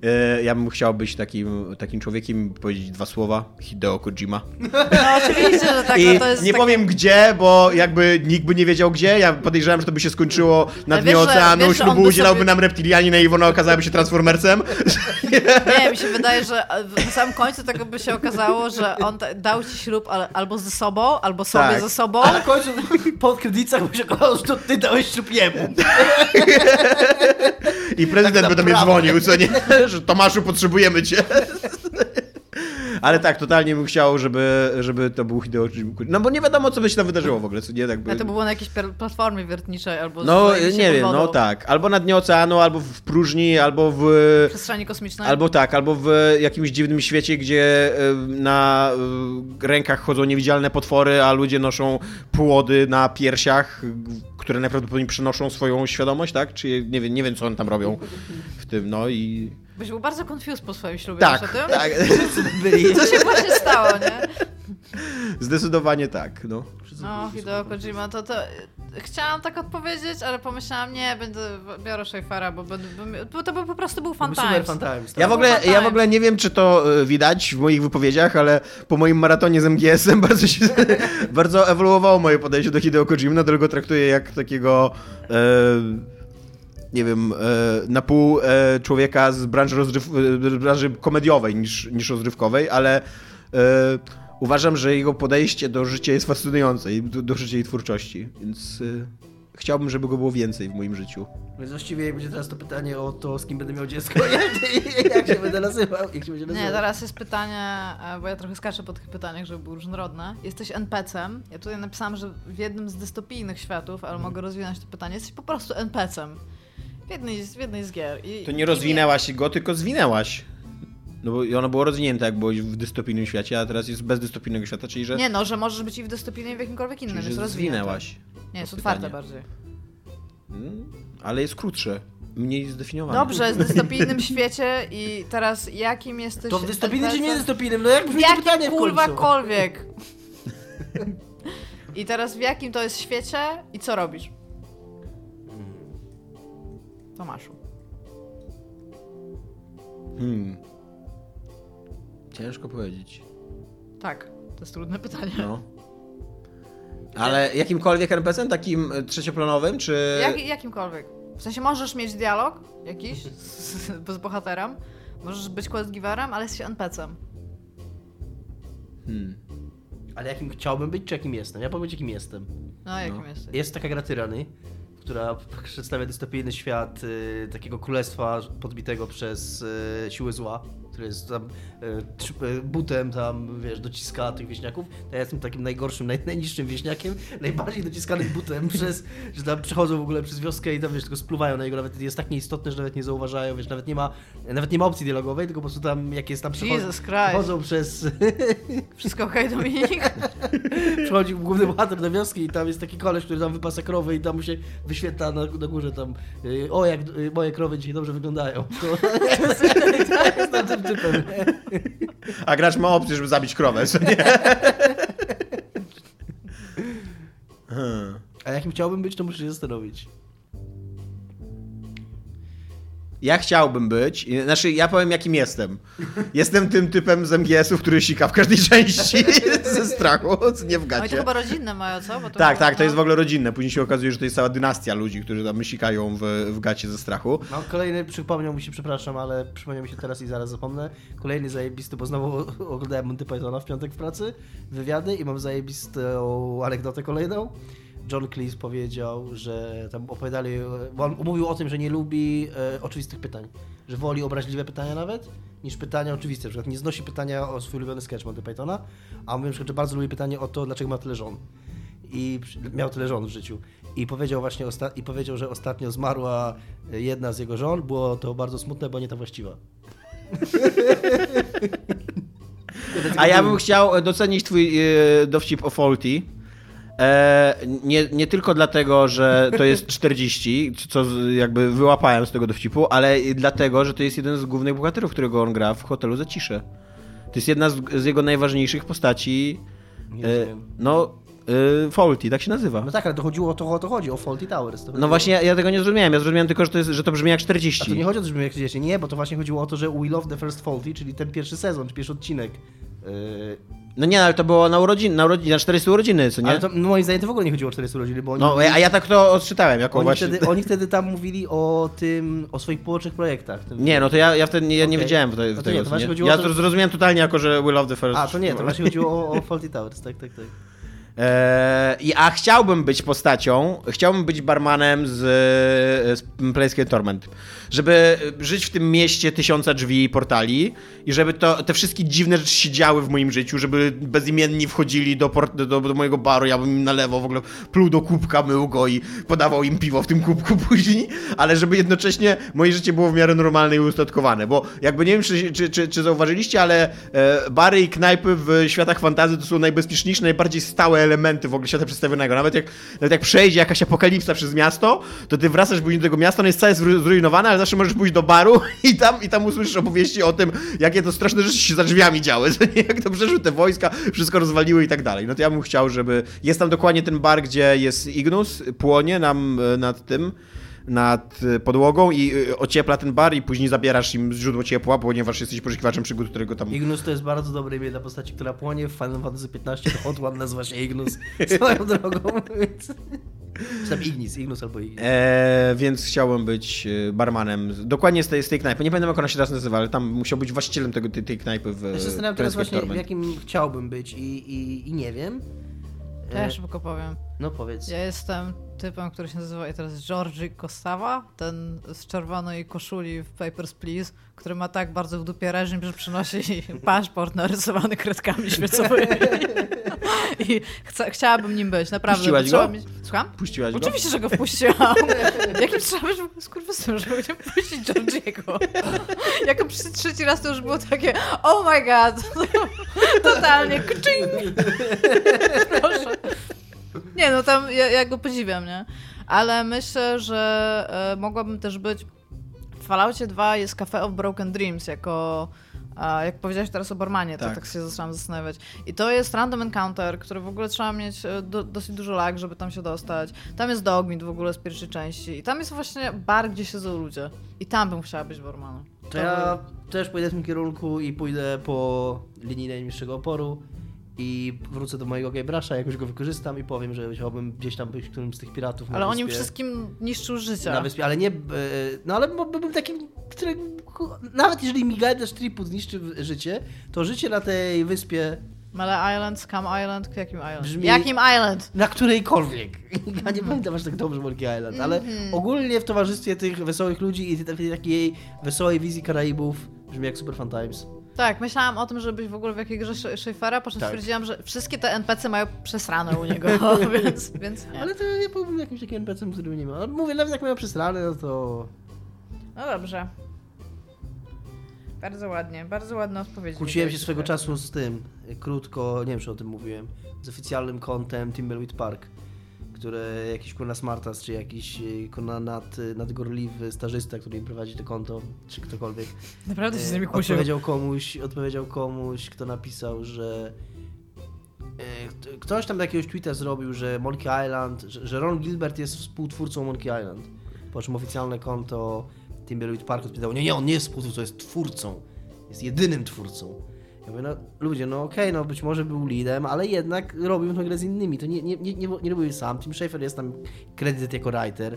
S3: E, Ja bym chciał być takim, takim człowiekiem i powiedzieć dwa słowa. Hideo Kojima.
S2: No oczywiście, że tak,
S3: I
S2: no to jest
S3: nie
S2: takie-
S3: powiem gdzie, bo jakby nikt by nie wiedział gdzie. Ja podejrzewam, że to by się skończyło na
S2: Ale
S3: dnie
S2: wiesz, że-
S3: oceanu,
S2: wiesz, że on
S3: ślubu
S2: by
S3: udzielałby
S2: sobie-
S3: nam reptilianin i ona okazałaby się transformercem.
S2: Nie, mi się wydaje, że e, na samym końcu tego by się okazało, że on ta- dał ci ślub ale, albo ze sobą, albo sobie
S3: Tak.
S2: ze sobą.
S4: A na końcu po kredytach mu się okazało, że to ty dałeś ślub jemu.
S3: I prezydent
S4: Tak
S3: by do mnie
S4: naprawdę.
S3: dzwonił, co nie? Że Tomaszu, potrzebujemy cię. Ale tak, totalnie bym chciał, żeby, żeby to był Hideo Kojima. No bo nie wiadomo, co by się tam wydarzyło w ogóle, co nie? Jakby...
S2: Ale to było na jakiejś pier- platformie wiertniczej albo
S3: No
S2: zajebiście
S3: nie
S2: pod
S3: wiem,
S2: wodą.
S3: no tak. Albo na dnie oceanu, albo w próżni, albo w...
S2: W przestrzeni kosmicznej.
S3: Albo tak, albo w jakimś dziwnym świecie, gdzie y, na y, rękach chodzą niewidzialne potwory, a ludzie noszą płody na piersiach, y, które najprawdopodobniej przenoszą swoją świadomość, tak? Czy nie wiem, nie wiem co oni tam robią w tym, no i...
S2: Byś był bardzo confused po swoim ślubie,
S3: Tak,
S2: wiesz o tym?
S4: No,
S3: tak.
S4: Byli.
S2: Co się właśnie stało, nie?
S3: Zdecydowanie tak, no.
S2: No, Hideo Kojima, to, to chciałam tak odpowiedzieć, ale pomyślałam, nie, będę, biorę Szejfara, bo, będę, bo to by po prostu był fan
S4: Super
S2: times.
S4: fan times.
S3: Ja w,
S4: tak.
S3: ogóle,
S2: Overtime.
S3: ja w ogóle nie wiem, czy to y, widać w moich wypowiedziach, ale po moim maratonie z MGS-em bardzo się bardzo ewoluowało moje podejście do Hideo Kojima, nadal go traktuję jak takiego e, nie wiem, e, na pół e, człowieka z branży, rozryw, e, branży komediowej niż, niż rozrywkowej, ale e, uważam, że jego podejście do życia jest fascynujące, i do, do życia i twórczości, więc y, chciałbym, żeby go było więcej w moim życiu.
S4: Więc właściwie będzie teraz to pytanie o to, z kim będę miał dziecko i jak się będę nazywał. Jak się będzie nazywał.
S2: Nie, teraz jest pytanie, e, bo ja trochę skaczę po tych pytaniach, żeby były różnorodne. Jesteś NPC-em. Ja tutaj napisałam, że w jednym z dystopijnych światów,
S3: Mhm.
S2: ale mogę rozwinąć to pytanie, jesteś po prostu NPC-em. W jednej, z- w jednej z gier. I,
S3: To
S2: i
S3: nie rozwinęłaś go, tylko zwinęłaś. No bo ono było rozwinięte, jak byłeś w dystopijnym świecie, a teraz jest bez dystopijnego świata, czyli że,
S2: Nie, no, że możesz być i w dystopijnej, i w jakimkolwiek innym.
S3: czyli,
S2: jest
S3: że
S2: rozwinięte.
S3: zwinęłaś.
S2: Nie, jest
S3: To
S2: otwarte
S3: pytanie.
S2: bardziej.
S3: Mm, Ale jest krótsze, mniej zdefiniowane.
S2: Dobrze, jest w dystopijnym świecie i teraz jakim jesteś
S4: To w dystopijnym czy
S2: NPC-em?
S4: nie dystopijnym? No jak
S2: W
S4: brzmi to pytanie
S2: jakim
S4: w końcu?
S2: kurwakolwiek. I teraz w jakim to jest świecie i co robisz? Tomaszu.
S3: Hmm. Ciężko powiedzieć.
S2: Tak, to jest trudne pytanie.
S3: No. Ale jakimkolwiek NPC-em, takim y, trzecioplanowym, czy...
S2: Jak, jakimkolwiek. W sensie możesz mieć dialog jakiś z, z bohaterem, możesz być quest giverem, ale jesteś NPC-em.
S3: Hmm.
S4: Ale jakim chciałbym być, czy jakim jestem? Ja powiem, jakim jestem.
S2: No, jakim
S3: No.
S2: jesteś?
S4: Jest taka gra Tyrany, która przedstawia dystopijny świat y, takiego królestwa podbitego przez y, siły zła, które jest tam y, trz- y, butem tam, wiesz, dociska tych wieśniaków. Ja jestem takim najgorszym, naj, najniższym wieśniakiem, najbardziej dociskanym butem przez, że tam przechodzą w ogóle przez wioskę i tam, wiesz, tylko spluwają na niego, nawet jest tak nieistotne, że nawet nie zauważają, wiesz, nawet nie ma, nawet nie ma opcji dialogowej, tylko po prostu tam, jak jest tam
S2: Jesus
S4: przecho-
S2: Christ.
S4: przechodzą przez,
S2: Wszystko okej, Dominik?
S4: Przychodzi główny bohater do wioski i tam jest taki koleś, który tam wypasa krowy i tam mu się wyświetla na, na górze tam y, o, jak y, moje krowy dzisiaj dobrze wyglądają. To, to jest tam tym typem.
S3: A gracz ma opcję, żeby zabić krowę, co nie? hmm.
S4: A jakim chciałbym być, to muszę się zastanowić.
S3: Ja chciałbym być, i- znaczy ja powiem jakim jestem. Jestem tym typem z MGS-ów, który sika w każdej części ze strachu, nie w
S2: Oj, No to
S3: gacie.
S2: chyba rodzinne mają, co? Bo
S3: Tak, tak, to
S2: no.
S3: jest w ogóle rodzinne. Później się okazuje, że to jest cała dynastia ludzi, którzy tam sikają w, w gacie ze strachu.
S4: No, kolejny przypomniał mi się, przepraszam, ale przypomniał mi się teraz i zaraz zapomnę. Kolejny zajebisty, bo znowu o- oglądałem Monty Pythona w piątek w pracy, wywiady i mam zajebistą anegdotę kolejną. John Cleese powiedział, że tam opowiadali, bo on mówił o tym, że nie lubi e, oczywistych pytań, że woli obraźliwe pytania nawet, niż pytania oczywiste. Na przykład nie znosi pytania o swój ulubiony sketch Monty Pythona, a mówił, na przykład, że bardzo lubi pytanie o to, dlaczego ma tyle żon i przy- miał tyle żon w życiu. I powiedział właśnie osta- i powiedział, że ostatnio zmarła e, jedna z jego żon. Było to bardzo smutne, bo nie ta właściwa.
S3: A ja bym chciał docenić twój e, dowcip o Faulty. E, nie, nie tylko dlatego, że to jest 40, c- co z- jakby wyłapałem z tego dowcipu, ale i dlatego, że to jest jeden z głównych bohaterów, którego on gra w hotelu Zacisze. To jest jedna z, z jego najważniejszych postaci.
S4: Nie
S3: E,
S4: rozumiem.
S3: no, e, Faulty, tak się nazywa.
S4: No tak, ale to chodziło o to, o to chodzi, o Faulty Towers. To
S3: No
S4: chodziło-
S3: właśnie, ja, ja tego nie zrozumiałem. Ja zrozumiałem tylko, że to, jest, że to brzmi jak
S4: A to
S3: 40.
S4: nie chodzi o to, żeby jak dzieci. Nie, bo to właśnie chodziło o to, że We Love the First Faulty, czyli ten pierwszy sezon, czy pierwszy odcinek. Yy,
S3: No nie, ale to było na urodziny, na, urodzin, na 40 urodziny, co nie?
S4: ale to no, moim zdaniem to w ogóle nie chodziło o 40 rodziny, bo oni
S3: No, a ja tak to odczytałem jako
S4: oni,
S3: właśnie...
S4: wtedy, oni wtedy tam mówili o tym, o swoich pobocznych projektach. Tym,
S3: Nie, no to ja, ja wtedy nie, ja nie
S4: Okej.
S3: wiedziałem w, te,
S4: No
S3: w
S4: to
S3: tego.
S4: nie, to
S3: co
S4: właśnie
S3: nie?
S4: chodziło
S3: ja
S4: o to-
S3: to zrozumiałem totalnie jako, że We Love the First.
S4: A, to nie, to właśnie chodziło o, o Faulty Towers, tak, tak, tak.
S3: Eee, i- a chciałbym być postacią, chciałbym być barmanem z, z Playscape Torment. Żeby żyć w tym mieście tysiąca drzwi i portali i żeby to, te wszystkie dziwne rzeczy się działy w moim życiu, żeby bezimienni wchodzili do, port, do, do mojego baru, ja bym im nalewał w ogóle, pluł do kubka, mył go i podawał im piwo w tym kubku później, ale żeby jednocześnie moje życie było w miarę normalne i ustatkowane, bo jakby nie wiem, czy, czy, czy, czy zauważyliście, ale e, bary i knajpy w światach fantazji to są najbezpieczniejsze, najbardziej stałe elementy w ogóle świata przedstawionego. Nawet jak, nawet jak przejdzie jakaś apokalipsa przez miasto, to ty wracasz później do tego miasta, ono jest całe zru- zrujnowane, ale zawsze możesz pójść do baru i tam, i tam usłyszysz opowieści o tym, jakie to straszne rzeczy się za drzwiami działy, że nie, jak to przeszły te wojska, wszystko rozwaliły i tak dalej. No to ja bym chciał, żeby... Jest tam dokładnie ten bar, gdzie jest Ignus, płonie nam e, nad tym nad e, podłogą i e, ociepla ten bar i później zabierasz im źródło ciepła, ponieważ jesteś poszukiwaczem przygód, którego tam...
S4: Ignus to jest bardzo dobre imię dla postaci, która płonie. W Final Fantasy 15 to Hot One nazywa się Ignus. Swoją drogą, więc... Czy tam Ignis, Ignus albo Ignis.
S3: Eee, więc chciałbym być e, barmanem. z- Dokładnie z tej, z tej knajpy. Nie pamiętam, jak ona się teraz nazywa, ale tam musiał być właścicielem tego, tej, tej knajpy w
S4: Ja się zastanawiam teraz właśnie, w jakim chciałbym być i, i, i nie wiem.
S2: To ja
S4: E,
S2: szybko powiem.
S4: No powiedz.
S2: Ja jestem typem, który się nazywa i teraz Georgi Kosawa, ten z czerwonej koszuli w Papers, Please, który ma tak bardzo w dupie reżim, że przynosi paszport narysowany kredkami świecowymi. I chcę, chciałabym nim być, naprawdę.
S3: Puściłaś
S2: bo trzeba
S3: go?
S2: mieć- Słucham?
S3: Puściłaś go?
S2: Oczywiście, że go wpuściłam. Jakim trzeba być w ogóle skurwysem, żeby nie wpuścić Georgiego? Jak on przy trzeci raz to już było takie oh my god. Totalnie kczyń. Proszę. Nie, no tam ja, ja go podziwiam, nie? Ale myślę, że e, mogłabym też być w Falloutie 2 jest Cafe of Broken Dreams jako a jak powiedziałeś teraz o barmanie, to
S3: Tak.
S2: tak, się zaczęłam zastanawiać. I to jest random encounter, który w ogóle trzeba mieć e, do, dosyć dużo lag, żeby tam się dostać. Tam jest dogmit w ogóle z pierwszej części. I tam jest właśnie bar, gdzie siedzą ludzie. I tam bym chciała być barmanem.
S4: To ja też pójdę w tym kierunku i pójdę po linii najniższego oporu i wrócę do mojego gejbrasza, jakoś go wykorzystam i powiem, że chciałbym gdzieś tam być którymś z tych piratów na
S2: Ale on im
S4: wyspie.
S2: wszystkim niszczył
S4: Na
S2: życie.
S4: wyspie, ale nie... e, No ale bo- byłbym takim, który... ku- Nawet jeżeli mi Guide Triput zniszczy w- życie, to życie na tej wyspie,
S2: Mele Island, Scam Island, jakim Island?
S4: Brzmi-
S2: Jakim Island?
S4: na którejkolwiek. Ja nie pamiętam aż tak dobrze Monkey Island, ale ogólnie w towarzystwie tych wesołych ludzi i tej takiej wesołej wizji Karaibów brzmi jak Super Fun Times.
S2: Tak, myślałam o tym, żeby być w ogóle w jakiej grze Sch- Schaeffera, po czym
S4: Tak.
S2: stwierdziłam, że wszystkie te NPC mają przesrane u niego, więc, więc nie.
S4: Ale to ja byłbym jakimś takim NPC-em, którym nie ma. Ale Mówię, nawet jak miał przesrane, no to...
S2: No dobrze. Bardzo ładnie, bardzo ładna odpowiedź.
S4: Kłóciłem się swego czasu z tym, y, krótko, nie wiem czy o tym mówiłem, z oficjalnym kontem Timberwheat Park, które jakiś kurna smartas, czy jakiś y, kurna nad, nadgorliwy stażysta, który im prowadzi to konto, czy ktokolwiek,
S2: Naprawdę się z
S4: y,
S2: nimi kłócił.
S4: odpowiedział komuś, odpowiedział komuś, kto napisał, że y, kt- ktoś tam jakiegoś tweeta zrobił, że Monkey Island, że że Ron Gilbert jest współtwórcą Monkey Island, po czym oficjalne konto Timberwheat Park odpowiedziało, nie, nie, on nie jest współtwórcą, jest twórcą, jest jedynym twórcą. Ja mówię, no ludzie, no okej, no być może był leadem, ale jednak robił tę grę z innymi, to nie, nie, nie, nie, nie robił jej sam, Tim Schafer jest tam kredyt jako writer,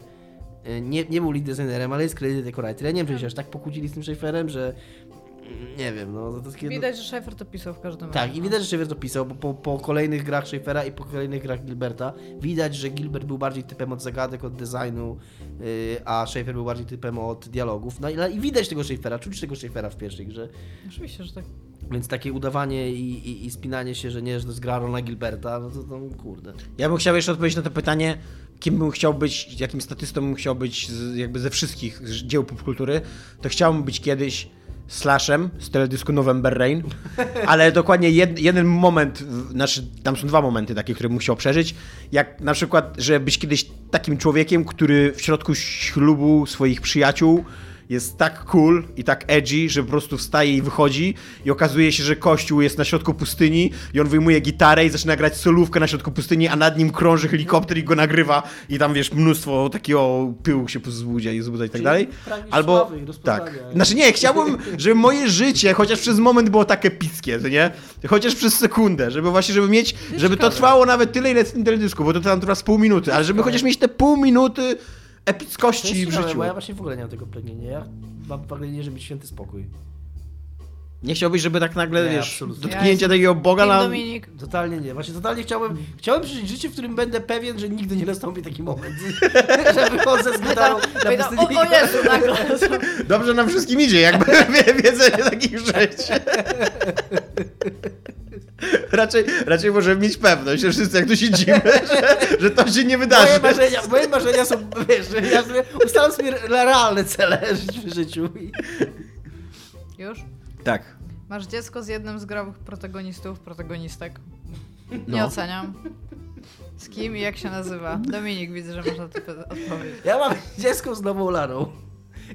S4: Y, nie, nie był lead designerem, ale jest kredyt jako writer. Ja nie wiem, czy się aż tak pokłócili z tym Schaferem, że mm, nie wiem, no to takie... no-
S2: Widać, że Schaeffer to pisał w każdym razie.
S4: tak, i widać, że Schaefer to pisał, bo po, po kolejnych grach Schaeffera i po kolejnych grach Gilberta widać, że Gilbert był bardziej typem od zagadek, od designu, y, a Schaeffer był bardziej typem od dialogów. No i, i widać tego Schaeffera, czuć tego Schaeffera w pierwszej grze.
S2: Oczywiście, że tak.
S4: Więc takie udawanie i, i, i spinanie się, że nie, że to jest gra Rona Gilberta, no to, to kurde.
S3: Ja bym chciał jeszcze odpowiedzieć na to pytanie, kim bym chciał być, jakim statystą bym chciał być z, jakby ze wszystkich z dzieł popkultury, to chciałbym być kiedyś slashem z teledysku November Rain, ale dokładnie jed, jeden moment, w- znaczy tam są dwa momenty takie, które bym musiał przeżyć, jak na przykład, że być kiedyś takim człowiekiem, który w środku ślubu swoich przyjaciół jest tak cool i tak edgy, że po prostu wstaje i wychodzi i okazuje się, że kościół jest na środku pustyni i on wyjmuje gitarę i zaczyna grać solówkę na środku pustyni, a nad nim krąży helikopter i go nagrywa i tam wiesz, mnóstwo takiego pyłu się pozbudza i zbudza i tak
S4: Czyli
S3: dalej.
S4: pragniesz
S3: Albo
S4: sławy i rozpoznania.
S3: tak. Znaczy nie, chciałbym, żeby moje życie chociaż przez moment było takie epickie, to nie? Chociaż przez sekundę, żeby właśnie, żeby mieć, żeby to trwało nawet tyle, ile jest w tym teledysku, bo to tam trwa z pół minuty, ale żeby chociaż mieć te pół minuty
S4: To jest
S3: epickości w
S4: ciekawe,
S3: życiu.
S4: bo ja właśnie w ogóle nie mam tego pragnienia. Ja mam pragnienie, żeby mieć święty spokój.
S3: Nie chciałbyś, żeby tak nagle,
S4: Nie,
S3: wiesz,
S4: absolutnie.
S2: Ja
S3: dotknięcie
S2: jestem
S3: takiego Boga
S2: Team
S3: na...
S2: Dominik.
S4: Totalnie nie. Właśnie totalnie chciałbym, chciałbym przeżyć życie, w którym będę pewien, że nigdy nie nastąpi taki moment, że wychodzę z gitarą na
S2: Powiedział,
S4: pustyni.
S2: O, o Jezu, nagle.
S3: Dobrze nam wszystkim idzie, jakby wie- wiedzenie takich rzeczy. Raczej, raczej możemy mieć pewność, że wszyscy jak tu siedzimy, że, że to się nie wydarzy.
S4: Moje marzenia, moje marzenia są, wiesz, że ja sobie ustalam sobie realne cele w życiu. I...
S2: Już?
S3: Tak.
S2: Masz dziecko z jednym z growych protagonistów, protagonistek. Nie
S3: No.
S2: oceniam. Z kim i jak się nazywa? Dominik, widzę, że można to odpowiedzieć.
S4: Ja mam dziecko z nową Larą.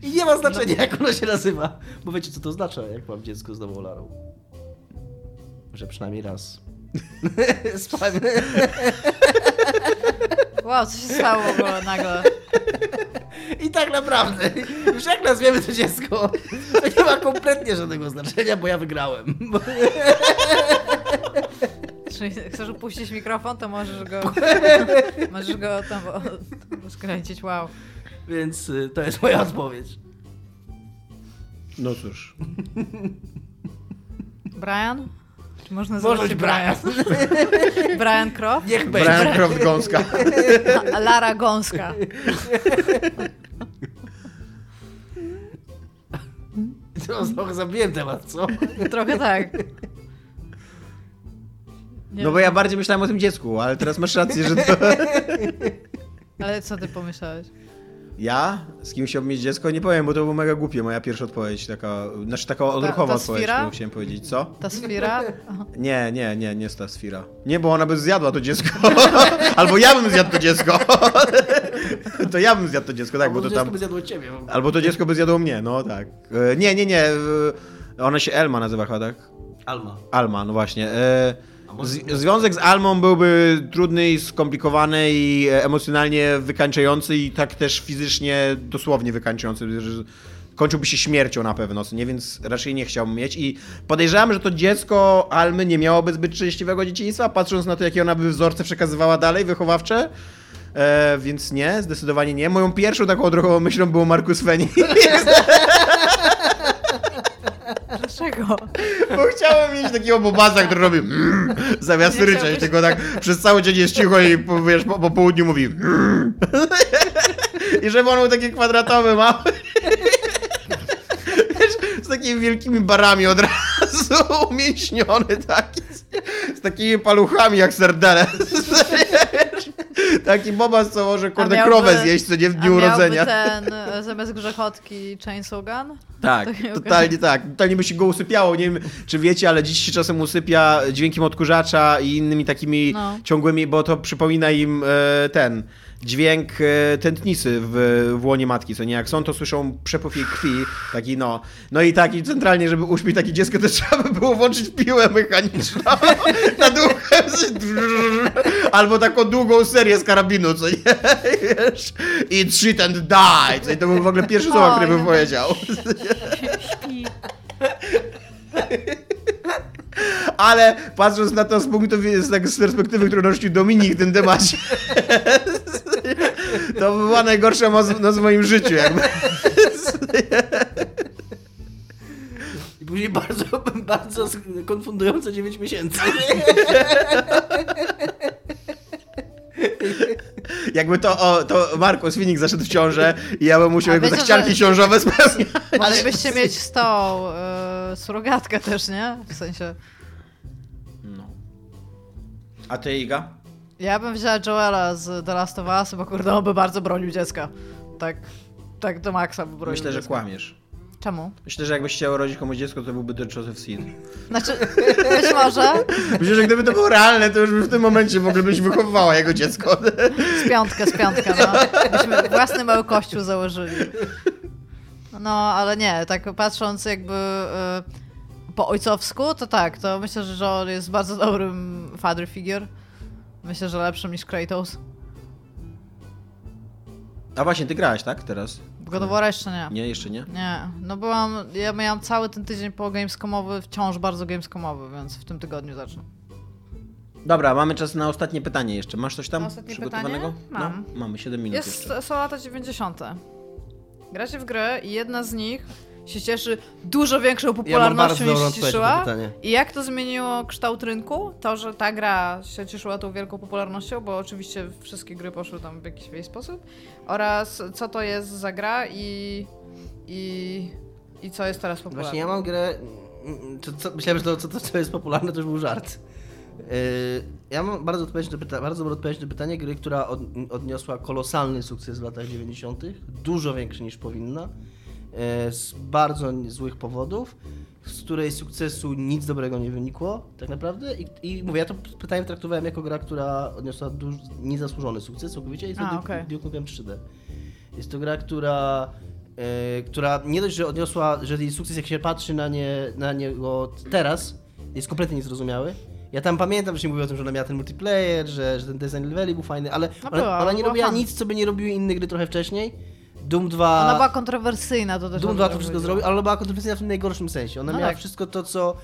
S4: I nie ma znaczenia, jak ono się nazywa. Bo wiecie, co to oznacza, jak mam dziecko z nową Larą. Że przynajmniej raz. Spałem.
S2: Wow, co się stało w ogóle nagle?
S4: I tak naprawdę, już jak nazwiemy to dziecko, to nie ma kompletnie żadnego znaczenia, bo ja wygrałem. Bo
S2: Czyli chcesz upuścić mikrofon, to możesz go. możesz go tam o, tam skręcić. Wow.
S4: Więc y, to jest moja odpowiedź.
S3: No cóż.
S2: Brian? Czy można
S4: Może
S2: zrobić
S4: być Brian.
S2: Brian Croft?
S4: Niech będzie.
S3: Brian Croft Gąska.
S2: A- Lara Gąska.
S4: To trochę zabiłem temat, co?
S2: Trochę tak. Nie
S3: No bo
S2: wiem.
S3: ja bardziej myślałem o tym dziecku, ale teraz masz rację, że to...
S2: Ale co ty pomyślałeś?
S3: Ja? Z kim chciałbym mieć dziecko? Nie powiem, bo to było mega głupie, moja pierwsza odpowiedź, taka... Znaczy taka odruchowa
S2: ta
S3: odpowiedź,
S2: sfera?
S3: którą chciałem powiedzieć. Co?
S2: Ta sfera? Aha.
S3: Nie, nie, nie, nie jest ta sfera. Nie, bo ona by zjadła to dziecko. Albo ja bym zjadł to dziecko. to ja bym zjadł to dziecko, tak, bo to tam...
S4: by zjadło ciebie.
S3: Albo to dziecko by zjadło mnie, no tak. E, Nie, nie, nie. e, Ona się Elma nazywa chyba, tak?
S4: Alma.
S3: Alma, no właśnie. E,
S4: A może-
S3: Z, związek z Almą byłby trudny i skomplikowany i e, emocjonalnie wykańczający i tak też fizycznie dosłownie wykańczający. że Kończyłby się śmiercią na pewno, co nie? więc raczej nie chciałbym mieć. I podejrzewam, że to dziecko Almy nie miałoby zbyt szczęśliwego dzieciństwa, patrząc na to, jakie ona by wzorce przekazywała dalej wychowawcze. E, więc nie, zdecydowanie nie. Moją pierwszą taką odruchową myślą było Markus Fenix.
S2: Dlaczego?
S3: Bo chciałem mieć takiego bobaza, który robi mm, zamiast
S2: Nie
S3: ryczeć,
S2: chciałbyś-
S3: tylko tak przez cały dzień jest cicho i po- wiesz, po, po południu mówi mm. I żeby on był taki kwadratowy, mały. Wiesz, z takimi wielkimi barami od razu, umięśniony taki, z- z takimi paluchami jak serdelec. Wiesz, Taki bobas, co może kurde
S2: miałby-
S3: krowę zjeść, co nie w dniu
S2: A miałby
S3: urodzenia.
S2: ten e, zamiast grzechotki Chainsaw Gun?
S3: Tak,
S2: To nie
S3: totalnie tak. Totalnie by się go usypiało. Nie wiem, czy wiecie, ale dziś się czasem usypia dźwiękiem odkurzacza i innymi takimi
S2: No.
S3: ciągłymi, bo to przypomina im e, ten dźwięk e, tętnicy w, w łonie matki, co nie? Jak są, to słyszą przepływ jej krwi, taki no. No i tak, i centralnie, żeby uśpić takie dziecko, to trzeba by było włączyć piłę mechaniczną na duchem. Albo taką długą serię z karabinu, co nie? Wiesz? I treat and die. Co? I to był w ogóle pierwszy słowa,
S2: Oj,
S3: które bym
S2: no.
S3: powiedział.
S2: Śpi.
S3: Ale patrząc na to z punktu wi- z, tak, z perspektywy, którą nosił Dominik w tym temacie, to była najgorsza moc, noc w moim życiu. Jakby.
S4: I później bardzo, bardzo konfundujące 9 miesięcy.
S3: jakby to, o, to Markus Finik zaszedł w ciążę i ja bym musiał
S2: A
S3: jego
S2: wiecie,
S3: zachcianki
S2: że-
S3: ciążowe spełniać.
S2: Moglibyście mieć z tą e, surogatkę też, nie? W sensie.
S3: No. A ty, Iga?
S2: Ja bym wzięła Joela z The Last of Us, bo kurde, on by bardzo bronił dziecka. Tak, tak do maksa by bronił
S3: Myślę, że
S2: dziecka.
S3: kłamiesz.
S2: Czemu?
S3: Myślę, że jakbyś chciał urodzić komuś dziecko, to byłby to Joseph Seed.
S2: Znaczy, być może
S3: Myślę, że gdyby to było realne, to już by w tym momencie w ogóle byś wychowywała jego dziecko.
S2: z piątkę, z piątkę, no. Byśmy własny mały kościół założyli. No, ale nie, tak patrząc jakby e, po ojcowsku, to tak, to myślę, że Joel jest bardzo dobrym father figure. Myślę, że lepszym niż Kratos.
S3: A właśnie, ty grałaś, tak? Teraz?
S2: W God of War jeszcze nie.
S3: Nie, jeszcze nie?
S2: Nie, no byłam, ja miałam cały ten tydzień po Gamescomowy, wciąż bardzo Gamescomowy, więc w tym tygodniu zacznę.
S3: Dobra, mamy czas na ostatnie pytanie jeszcze. Masz coś tam
S2: Na ostatnie
S3: przygotowanego?
S2: pytanie? Mam.
S3: No, mamy 7 minut
S2: Jest,
S3: jeszcze.
S2: są lata 90. Gra się w grę i jedna z nich się cieszy dużo większą popularnością niż się cieszyła. I jak to zmieniło kształt rynku? To, że ta gra się cieszyła tą wielką popularnością, bo oczywiście wszystkie gry poszły tam w jakiś jej sposób. Oraz co to jest za gra i, i, i co jest teraz popularne.
S4: Właśnie ja mam grę. mm, Co, co, myślałem, że to, co, to, co jest popularne, to już był żart. Yy, ja mam bardzo, odpowiedź na pyta- bardzo dobrą odpowiedź na pytanie gry, która od, odniosła kolosalny sukces w latach 90., dużo większy niż powinna. e, z bardzo ni- złych powodów, z której sukcesu nic dobrego nie wynikło, tak naprawdę. I, i mówię, ja to p- pytanie traktowałem jako gra, która odniosła duż, niezasłużony sukces całkowicie i to
S2: A,
S4: Duke,
S2: okej.
S4: Duke Nukem 3D. Jest to gra, która, e, która nie dość, że odniosła, że jej sukces, jak się patrzy na, nie, na niego teraz, jest kompletnie niezrozumiały. Ja tam pamiętam, że się mówi o tym, że ona miała ten multiplayer, że, że ten design leveli był fajny, ale
S2: No
S4: ona,
S2: była,
S4: ona nie
S2: była
S4: robiła
S2: fan.
S4: nic, co by nie robiły inne gry trochę wcześniej. Doom 2...
S2: Ona była kontrowersyjna, to też tak
S4: Doom
S2: o
S4: 2
S2: tym
S4: to wszystko
S2: mówiła.
S4: zrobił, ale ona była kontrowersyjna w tym najgorszym sensie. Ona
S2: No
S4: miała
S2: tak.
S4: wszystko to, co,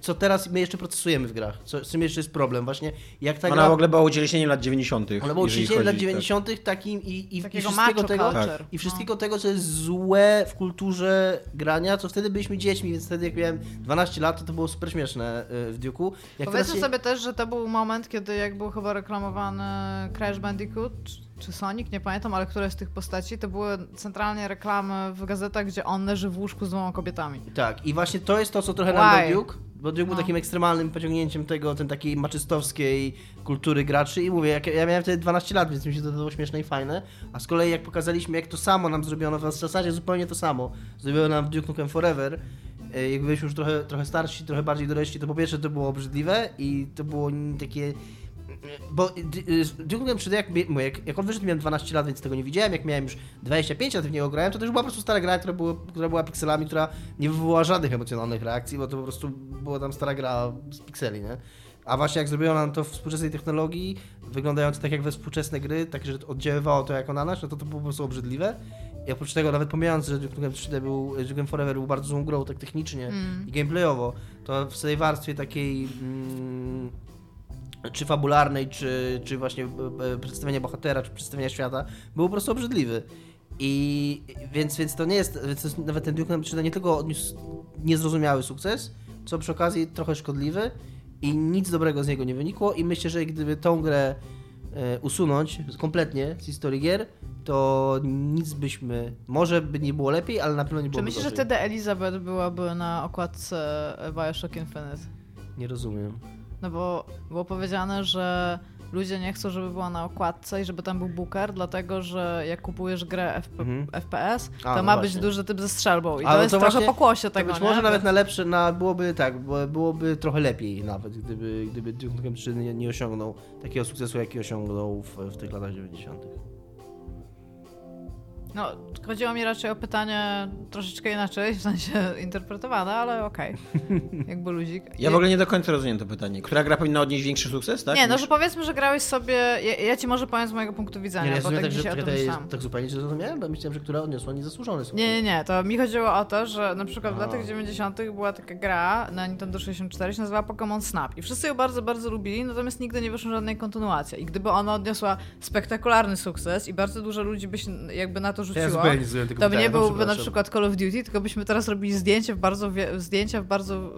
S4: co teraz my jeszcze procesujemy w grach. Co, z czym jeszcze jest problem. Właśnie jak ta
S5: Ona
S4: gra...
S5: w ogóle była ucieleśnieniem lat 90.
S4: Ona była
S5: jeżeli
S4: oczywiście lat
S5: chodzi, tak.
S4: 90. takim i, i, i
S2: Takiego
S4: wszystkiego
S2: macho
S4: tego. tak.
S2: culture. No.
S4: I wszystkiego tego, co jest złe w kulturze grania, co wtedy byliśmy dziećmi, więc wtedy jak miałem 12 lat, to, to było super śmieszne y, w Duke'u. Jak teraz
S2: Powiedzmy
S4: się-
S2: sobie też, że to był moment, kiedy jak był chyba reklamowany Crash Bandicoot czy- czy Sonic, nie pamiętam, ale któraś z tych postaci, to były centralnie reklamy w gazetach, gdzie on leży w łóżku z dwoma kobietami.
S4: Tak, i właśnie to jest to, co trochę nam
S2: Why?
S4: dał Duke, bo Duke był takim ekstremalnym pociągnięciem tego, ten takiej maczystowskiej kultury graczy i mówię, jak, ja miałem wtedy 12 lat, więc mi się to dało śmieszne i fajne, a z kolei jak pokazaliśmy, jak to samo nam zrobiono, w zasadzie zupełnie to samo, zrobiono nam w Duke Nukem Forever, e, jak byliśmy już trochę, trochę starsi, trochę bardziej dorośli, to po pierwsze to było obrzydliwe i to było n- takie bo y, Duke Nukem 3D, jak, mie- mówię, jak, jak on wyszedł, miałem 12 lat, więc tego nie widziałem. Jak miałem już 25 lat, w niego grałem, to też była po prostu stara gra, która, była- która była pikselami, która nie wywołała żadnych emocjonalnych reakcji, bo to po prostu była tam stara gra z pikseli, nie? A właśnie jak zrobiono nam to w współczesnej technologii, wyglądając tak jak we współczesne gry, tak że oddziaływało to jako na nas, no to to było po prostu obrzydliwe. I oprócz tego, nawet pomijając, że Duke Nukem 3D był, Duke Nukem Forever był bardzo złą grą tak technicznie i gameplayowo, to w tej warstwie takiej... Mm, czy fabularnej, czy, czy właśnie e, e, przedstawienia bohatera, czy przedstawienia świata, był po prostu obrzydliwy. I więc, więc to nie jest, więc to jest nawet ten Duke Nukem 3D nie tylko odniósł niezrozumiały sukces, co przy okazji trochę szkodliwy i nic dobrego z niego nie wynikło i myślę, że gdyby tą grę e, usunąć kompletnie z historii gier, to nic byśmy, może by nie było lepiej, ale na pewno nie
S2: Czy
S4: byłoby
S2: myślisz, że
S4: gorzej.
S2: wtedy Elizabeth byłaby na okładce Bioshock Infinite?
S4: Nie rozumiem.
S2: No bo było powiedziane, że ludzie nie chcą, żeby była na okładce i żeby tam był booker, dlatego że jak kupujesz grę FP
S4: Mhm.
S2: FPS,
S4: A,
S2: to ma
S4: no właśnie.
S2: być duży typ ze strzelbą. I
S4: A,
S2: to
S4: no
S2: jest
S4: to
S2: trochę
S4: właśnie-
S2: pokłosie
S4: To
S2: tego,
S4: Tak być
S2: nie?
S4: może nawet na lepsze, na, byłoby tak, bo- byłoby trochę lepiej nawet, gdyby, gdyby Duke Nukem 3 nie, nie osiągnął takiego sukcesu, jaki osiągnął w, w tych latach 90.
S2: No, chodziło mi raczej o pytanie troszeczkę inaczej, w sensie interpretowane, ale okej. Jakby ludzik.
S5: Ja w ogóle nie do końca rozumiem to pytanie. Która gra powinna odnieść większy sukces, tak?
S2: nie, no
S5: niż-
S2: że powiedzmy, że grałeś sobie... Ja, ja ci może powiem z mojego punktu widzenia,
S4: no
S2: bo tak dzisiaj o tym
S4: czekaj,
S2: myślałam.
S4: tak zupełnie się zrozumiałem, bo myślałem, że która odniosła niezasłużony sukces.
S2: Nie, nie, nie. To mi chodziło o to, że na przykład w
S4: A.
S2: latach 90. była taka gra na Nintendo 64, się nazywała Pokémon Snap. I wszyscy ją bardzo, bardzo lubili, natomiast nigdy nie wyszła żadnej kontynuacja. I gdyby ona odniosła spektakularny sukces i bardzo dużo ludzi by się jakby na to rzuciło,
S4: zupełnie nie zrozumiałem tego
S2: to by
S4: pytania,
S2: nie
S4: no
S2: byłby na
S4: przepraszam.
S2: przykład Call of Duty, tylko byśmy teraz robili zdjęcie w bardzo wie- zdjęcia w bardzo e,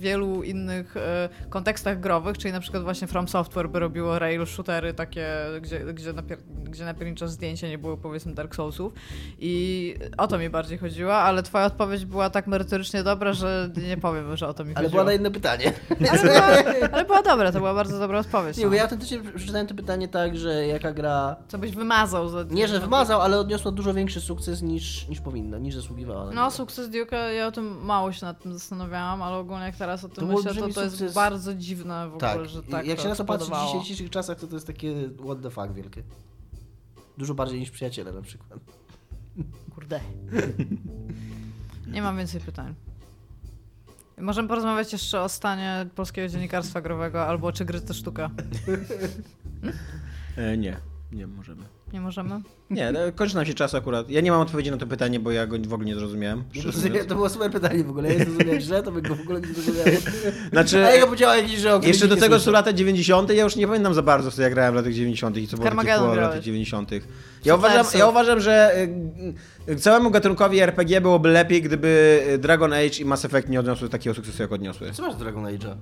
S2: wielu innych e, kontekstach growych, czyli na przykład właśnie From Software by robiło rail shootery takie, gdzie, gdzie, napier gdzie napierniczo zdjęcia nie było powiedzmy Dark Soulsów. I o to mi bardziej chodziło, ale twoja odpowiedź była tak merytorycznie dobra, że nie powiem, że o to mi
S4: Ale
S2: chodziło.
S4: było na inne pytanie.
S2: ale, była, ale była dobra, to była bardzo dobra odpowiedź.
S4: Nie,
S2: no.
S4: bo ja autentycznie przeczytałem to pytanie tak, że jaka gra...
S2: Co byś wymazał. Za...
S4: Nie, że wymazał, ale odniosła dużo większy sukces niż, niż powinna, niż zasługiwała.
S2: No,
S4: na niego.
S2: sukces Duke'a, ja o tym mało się nad tym zastanawiałam, ale ogólnie jak teraz o tym
S4: To był
S2: myślę, to
S4: olbrzymi
S2: to jest
S4: sukces.
S2: bardzo dziwne w ogóle, że tak
S4: Jak
S2: to
S4: się na to patrzy w
S2: spodobało.
S4: dzisiaj- dzisiejszych czasach, to to jest takie what the fuck wielkie. Dużo bardziej niż przyjaciele na przykład.
S2: Kurde. Nie mam więcej pytań. Możemy porozmawiać jeszcze o stanie polskiego dziennikarstwa growego, albo czy gry to sztuka.
S5: E, nie, nie możemy.
S2: Nie możemy?
S5: Nie, no, kończy nam się czas akurat. Ja nie mam odpowiedzi na to pytanie, bo ja go w ogóle nie zrozumiałem.
S4: Nie
S5: szczerze
S4: rozumiem,
S5: mówiąc.
S4: to było super pytanie w ogóle. Ja zrozumiałem źle, to bym go w ogóle nie zrozumiałem.
S5: Znaczy,
S4: A ja go podziałałem jakiś rok.
S5: jeszcze do
S4: nie
S5: tego
S4: słyszę.
S5: są lata 90. Ja już nie pamiętam za bardzo, co ja grałem w latach 90. i co było
S2: Carmageddon
S5: typowo w
S2: grałeś.
S5: latach 90. Ja uważam, ja uważam, że y, y, całemu gatunkowi RPG byłoby lepiej, gdyby y, Dragon Age i Mass Effect nie odniosły takiego sukcesu, jak odniosły.
S4: Co masz do Dragon Age'a?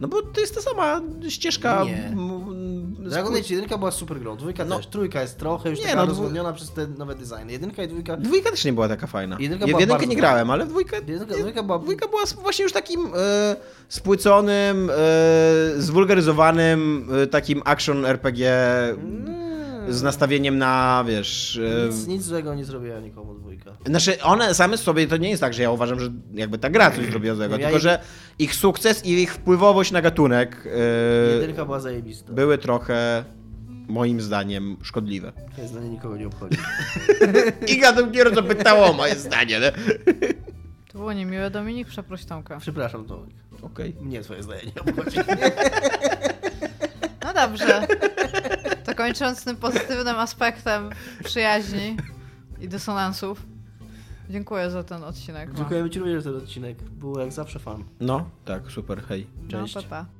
S5: No bo to jest ta sama ścieżka.
S4: Nie.
S5: m- m-
S2: No
S5: z-
S4: Dragon Age 1 była super grą, dwójka
S5: No.
S4: też, trójka jest trochę już
S5: Nie,
S4: taka
S5: no, dwu-
S4: rozwodniona przez te nowe designy. Jedynka i dwójka...
S5: Dwójka też nie była taka fajna.
S4: Jedynka
S5: Jedynka
S4: była
S5: jedynkę
S4: bardzo
S5: nie grałem, ale dwójka,
S4: Jedynka, dwójka była...
S5: dwójka była s- właśnie już takim e, spłyconym, e, zwulgaryzowanym, e, takim action RPG.
S4: Mm,
S3: z nastawieniem na, wiesz...
S4: Nic, nic złego nie zrobiła nikomu dwójka.
S3: e, Znaczy, one same z sobie to nie jest tak, że ja uważam, że jakby ta gra coś zrobiła złego,
S4: No ja
S3: tylko
S4: ich-
S3: że ich sukces i ich wpływowość na gatunek
S4: Jedynka
S3: e,
S4: była zajebista.
S3: były trochę, moim zdaniem, szkodliwe.
S4: To zdanie nikogo nie obchodzi.
S6: I gadam kierowca zapytało o moje zdanie, nie?
S2: To było niemiłe, Dominik, przeproś Tomka.
S4: Przepraszam, Tomek.
S3: Okej.
S4: Mnie twoje zdanie nie obchodzi.
S2: No dobrze. To kończąc tym pozytywnym aspektem przyjaźni i dysonansów. Dziękuję za ten odcinek.
S4: Dziękujemy ci również za ten odcinek. Było jak zawsze fan.
S3: No, tak, super, hej.
S2: No,
S4: Cześć.
S2: pa, pa.